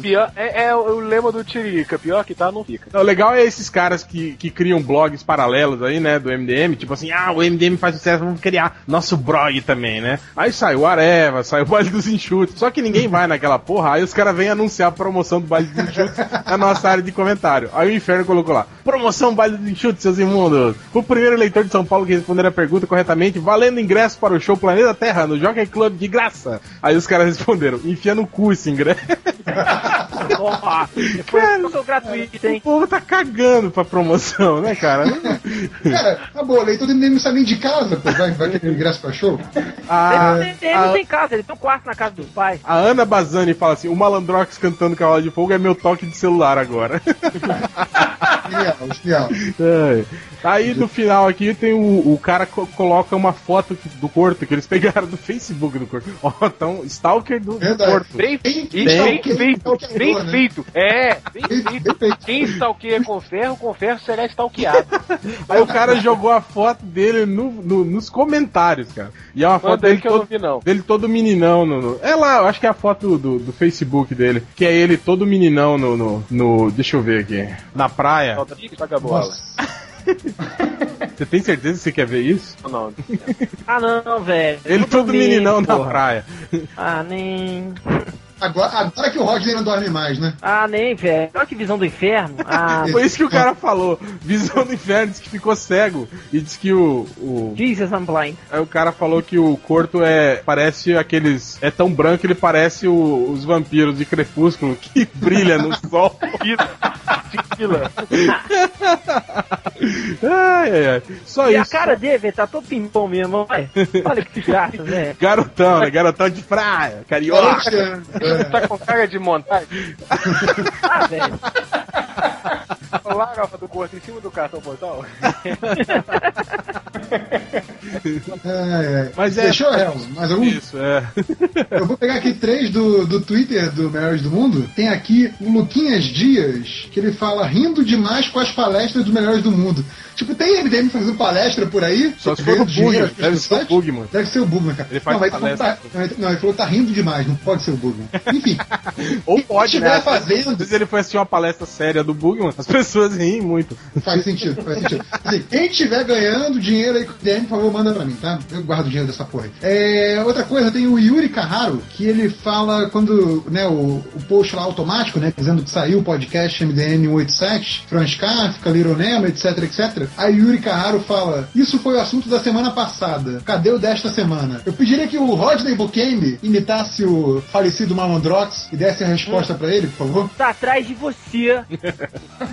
Pior, é, é o o lema do Tiririca, pior que tá, não fica.
O legal é esses caras que, que criam blogs paralelos aí, né, do MDM, tipo assim, ah, o MDM faz sucesso, vamos criar nosso blog também, né? Aí sai o Areva, sai o (laughs) Baile dos Enxutos, só que ninguém vai naquela porra, aí os caras vêm anunciar a promoção do Baile dos Enxutos na nossa área de comentário. Aí o Inferno colocou lá, promoção Baile dos Enxutos, seus imundos. O primeiro leitor de São Paulo que responder a pergunta corretamente, valendo ingresso para o show Planeta Terra no Jockey Club de graça. Aí os caras responderam, enfia no cu esse ingresso.
Ó, Depois
Cara.
assim eu sou gratuito,
(laughs) O
hein?
povo tá cagando pra promoção, né, cara?
Cara, na boa, leitor nem não sabe nem de casa, pô. Vai, vai ter ingresso pra show?
A,
Ele, ele não tem casa, ele tem um quarto na casa dos pais.
a Ana Bazani fala assim: o Malandrox cantando Cavalo de Fogo é meu toque de celular
(laughs)
agora.
Genial, genial.
É. Aí no final aqui tem o, o cara co- coloca uma foto que- do corto que eles pegaram do Facebook do corto. Ó, então, Stalker do
Verdade.
corto.
Bem,
Bem- bem-
e-
bem-
bem feito, bem
né?
feito. É, bem
Bem- bem
feito.
feito.
Quem tá stalkeia com ferro, com ferro é será stalkeado. (laughs)
Aí o cara jogou a foto dele no- no- nos comentários, cara. E é uma foto
Manda aí
dele
que eu não
todo,
vi, não.
dele todo meninão no, no- É lá, eu acho que é a foto do, do Facebook dele. Que é ele todo meninão no, no- no- Deixa eu ver aqui. Na praia.
Solta, joga tá a bola.
Você tem certeza que você quer ver isso?
Não,
Ah, não, velho.
Ele
Não
todo
dormi,
meninão na
porra.
praia.
Ah, nem.
Agora, agora que o Rodney não dorme mais, né?
Ah, nem, velho. Olha que visão do inferno. (laughs) Ah,
Foi isso que o cara falou. Visão do inferno, disse que ficou cego. E disse que o. o...
Jesus, I'm blind.
Aí o cara falou que o corto é. Parece aqueles. É tão branco, ele parece o- os vampiros de crepúsculo (laughs) que brilha no sol. Ai, ai, ai. Só
E a
isso.
cara dele, velho, tá todo pimpom mesmo, olha. Olha que desgraça, velho.
Garotão, né? Garotão de praia, carioca.
É.
tá com cara de montagem.
Ah, velho.
Olá, Rafa do Corto, em cima do cartão postal.
É, é.
Mas é-
Fechou, Hel? Mais algum?
Isso, é.
Eu vou pegar aqui três do, do Twitter do Melhores do Mundo. Tem aqui o Luquinhas Dias, que ele fala rindo demais com as palestras dos Melhores do Mundo. Tipo, tem MDM fazendo palestra por aí?
Só se for
Ganhando
o
dinheiro,
Bugman. Deve ser o
site?
Bugman.
Deve ser o Bugman, cara.
Ele faz
não, mas ele falou que tá,
palestra.
não, ele- não, ele falou que tá rindo demais, não pode ser o Bugman. Enfim,
Ou
se
pode,
estiver
né? Às
fazendo,
vezes ele foi assistir uma palestra séria do Bugman, as pessoas pessoas riem muito.
Faz sentido, faz sentido. Assim, quem tiver ganhando dinheiro aí com o DM, por favor, manda pra mim, tá? Eu guardo o dinheiro dessa porra aí. É, outra coisa, tem o Yuri Carraro, que ele fala quando, né, o, o post lá automático, né, dizendo que saiu o podcast MDM 187, Franz Kafka, Lironema, etc, etc. Aí Yuri Carraro fala, isso foi o assunto da semana passada, cadê o desta semana? Eu pediria que o Rodney Bukemi imitasse o falecido Malandrox e desse a resposta pra ele, por favor.
Tá atrás de você.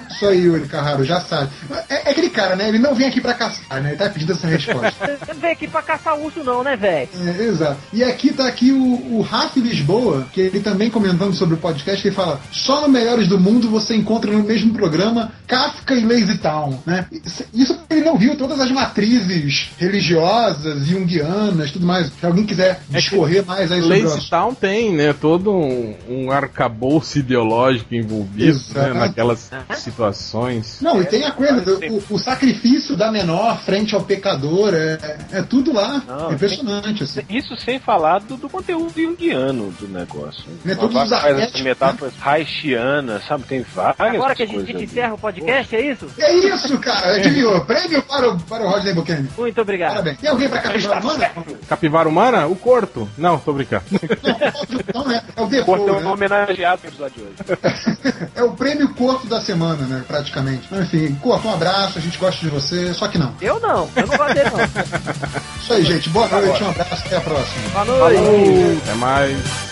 Isso aí, Yuri Carraro, já sabe. É, é aquele cara, né, ele não vem aqui pra caçar, né, ele tá pedindo
(laughs)
essa resposta.
Você não veio aqui pra caçar urso, não, né, velho?
É, exato. E aqui tá aqui o, o Rafa Lisboa, que ele também comentando sobre o podcast, que ele fala: só no Melhores do Mundo você encontra no mesmo programa Kafka e Lazy Town, né? Isso- Isso ele não viu todas as matrizes religiosas, junguianas, tudo mais. Se alguém quiser discorrer mais aí sobre
Lazy Town tem, né? Todo um, um arcabouço ideológico envolvido né,
Exato.
naquelas situações.
Não, e tem a coisa, do- o, o sacrifício da menor frente ao pecador, é, é tudo lá.
Não,
é impressionante, assim.
Isso sem falar do, do conteúdo junguiano do negócio.
Né, todos os
As
arquétipos,
metáforas haitianas, sabe? Tem várias
Agora que a gente
coisas ali.
encerra o podcast, é isso?
É isso, cara. Adivinhou. Prêmio para o, para o Rodney Buchanan.
Muito obrigado.
Parabéns. Tem alguém pra capturar a mana?
Capivara humana? O corto. Não, tô brincando.
Não, né? É o
Cortou
default,
um
né?
homenageado no episódio de hoje.
É o prêmio corpo da semana, né? Praticamente. Mas, Enfim, corpo, um abraço, a gente gosta de você, só que não.
Eu não, eu não gostei não.
Isso aí, gente. Boa noite, um abraço, até a próxima.
Boa noite.
Até mais.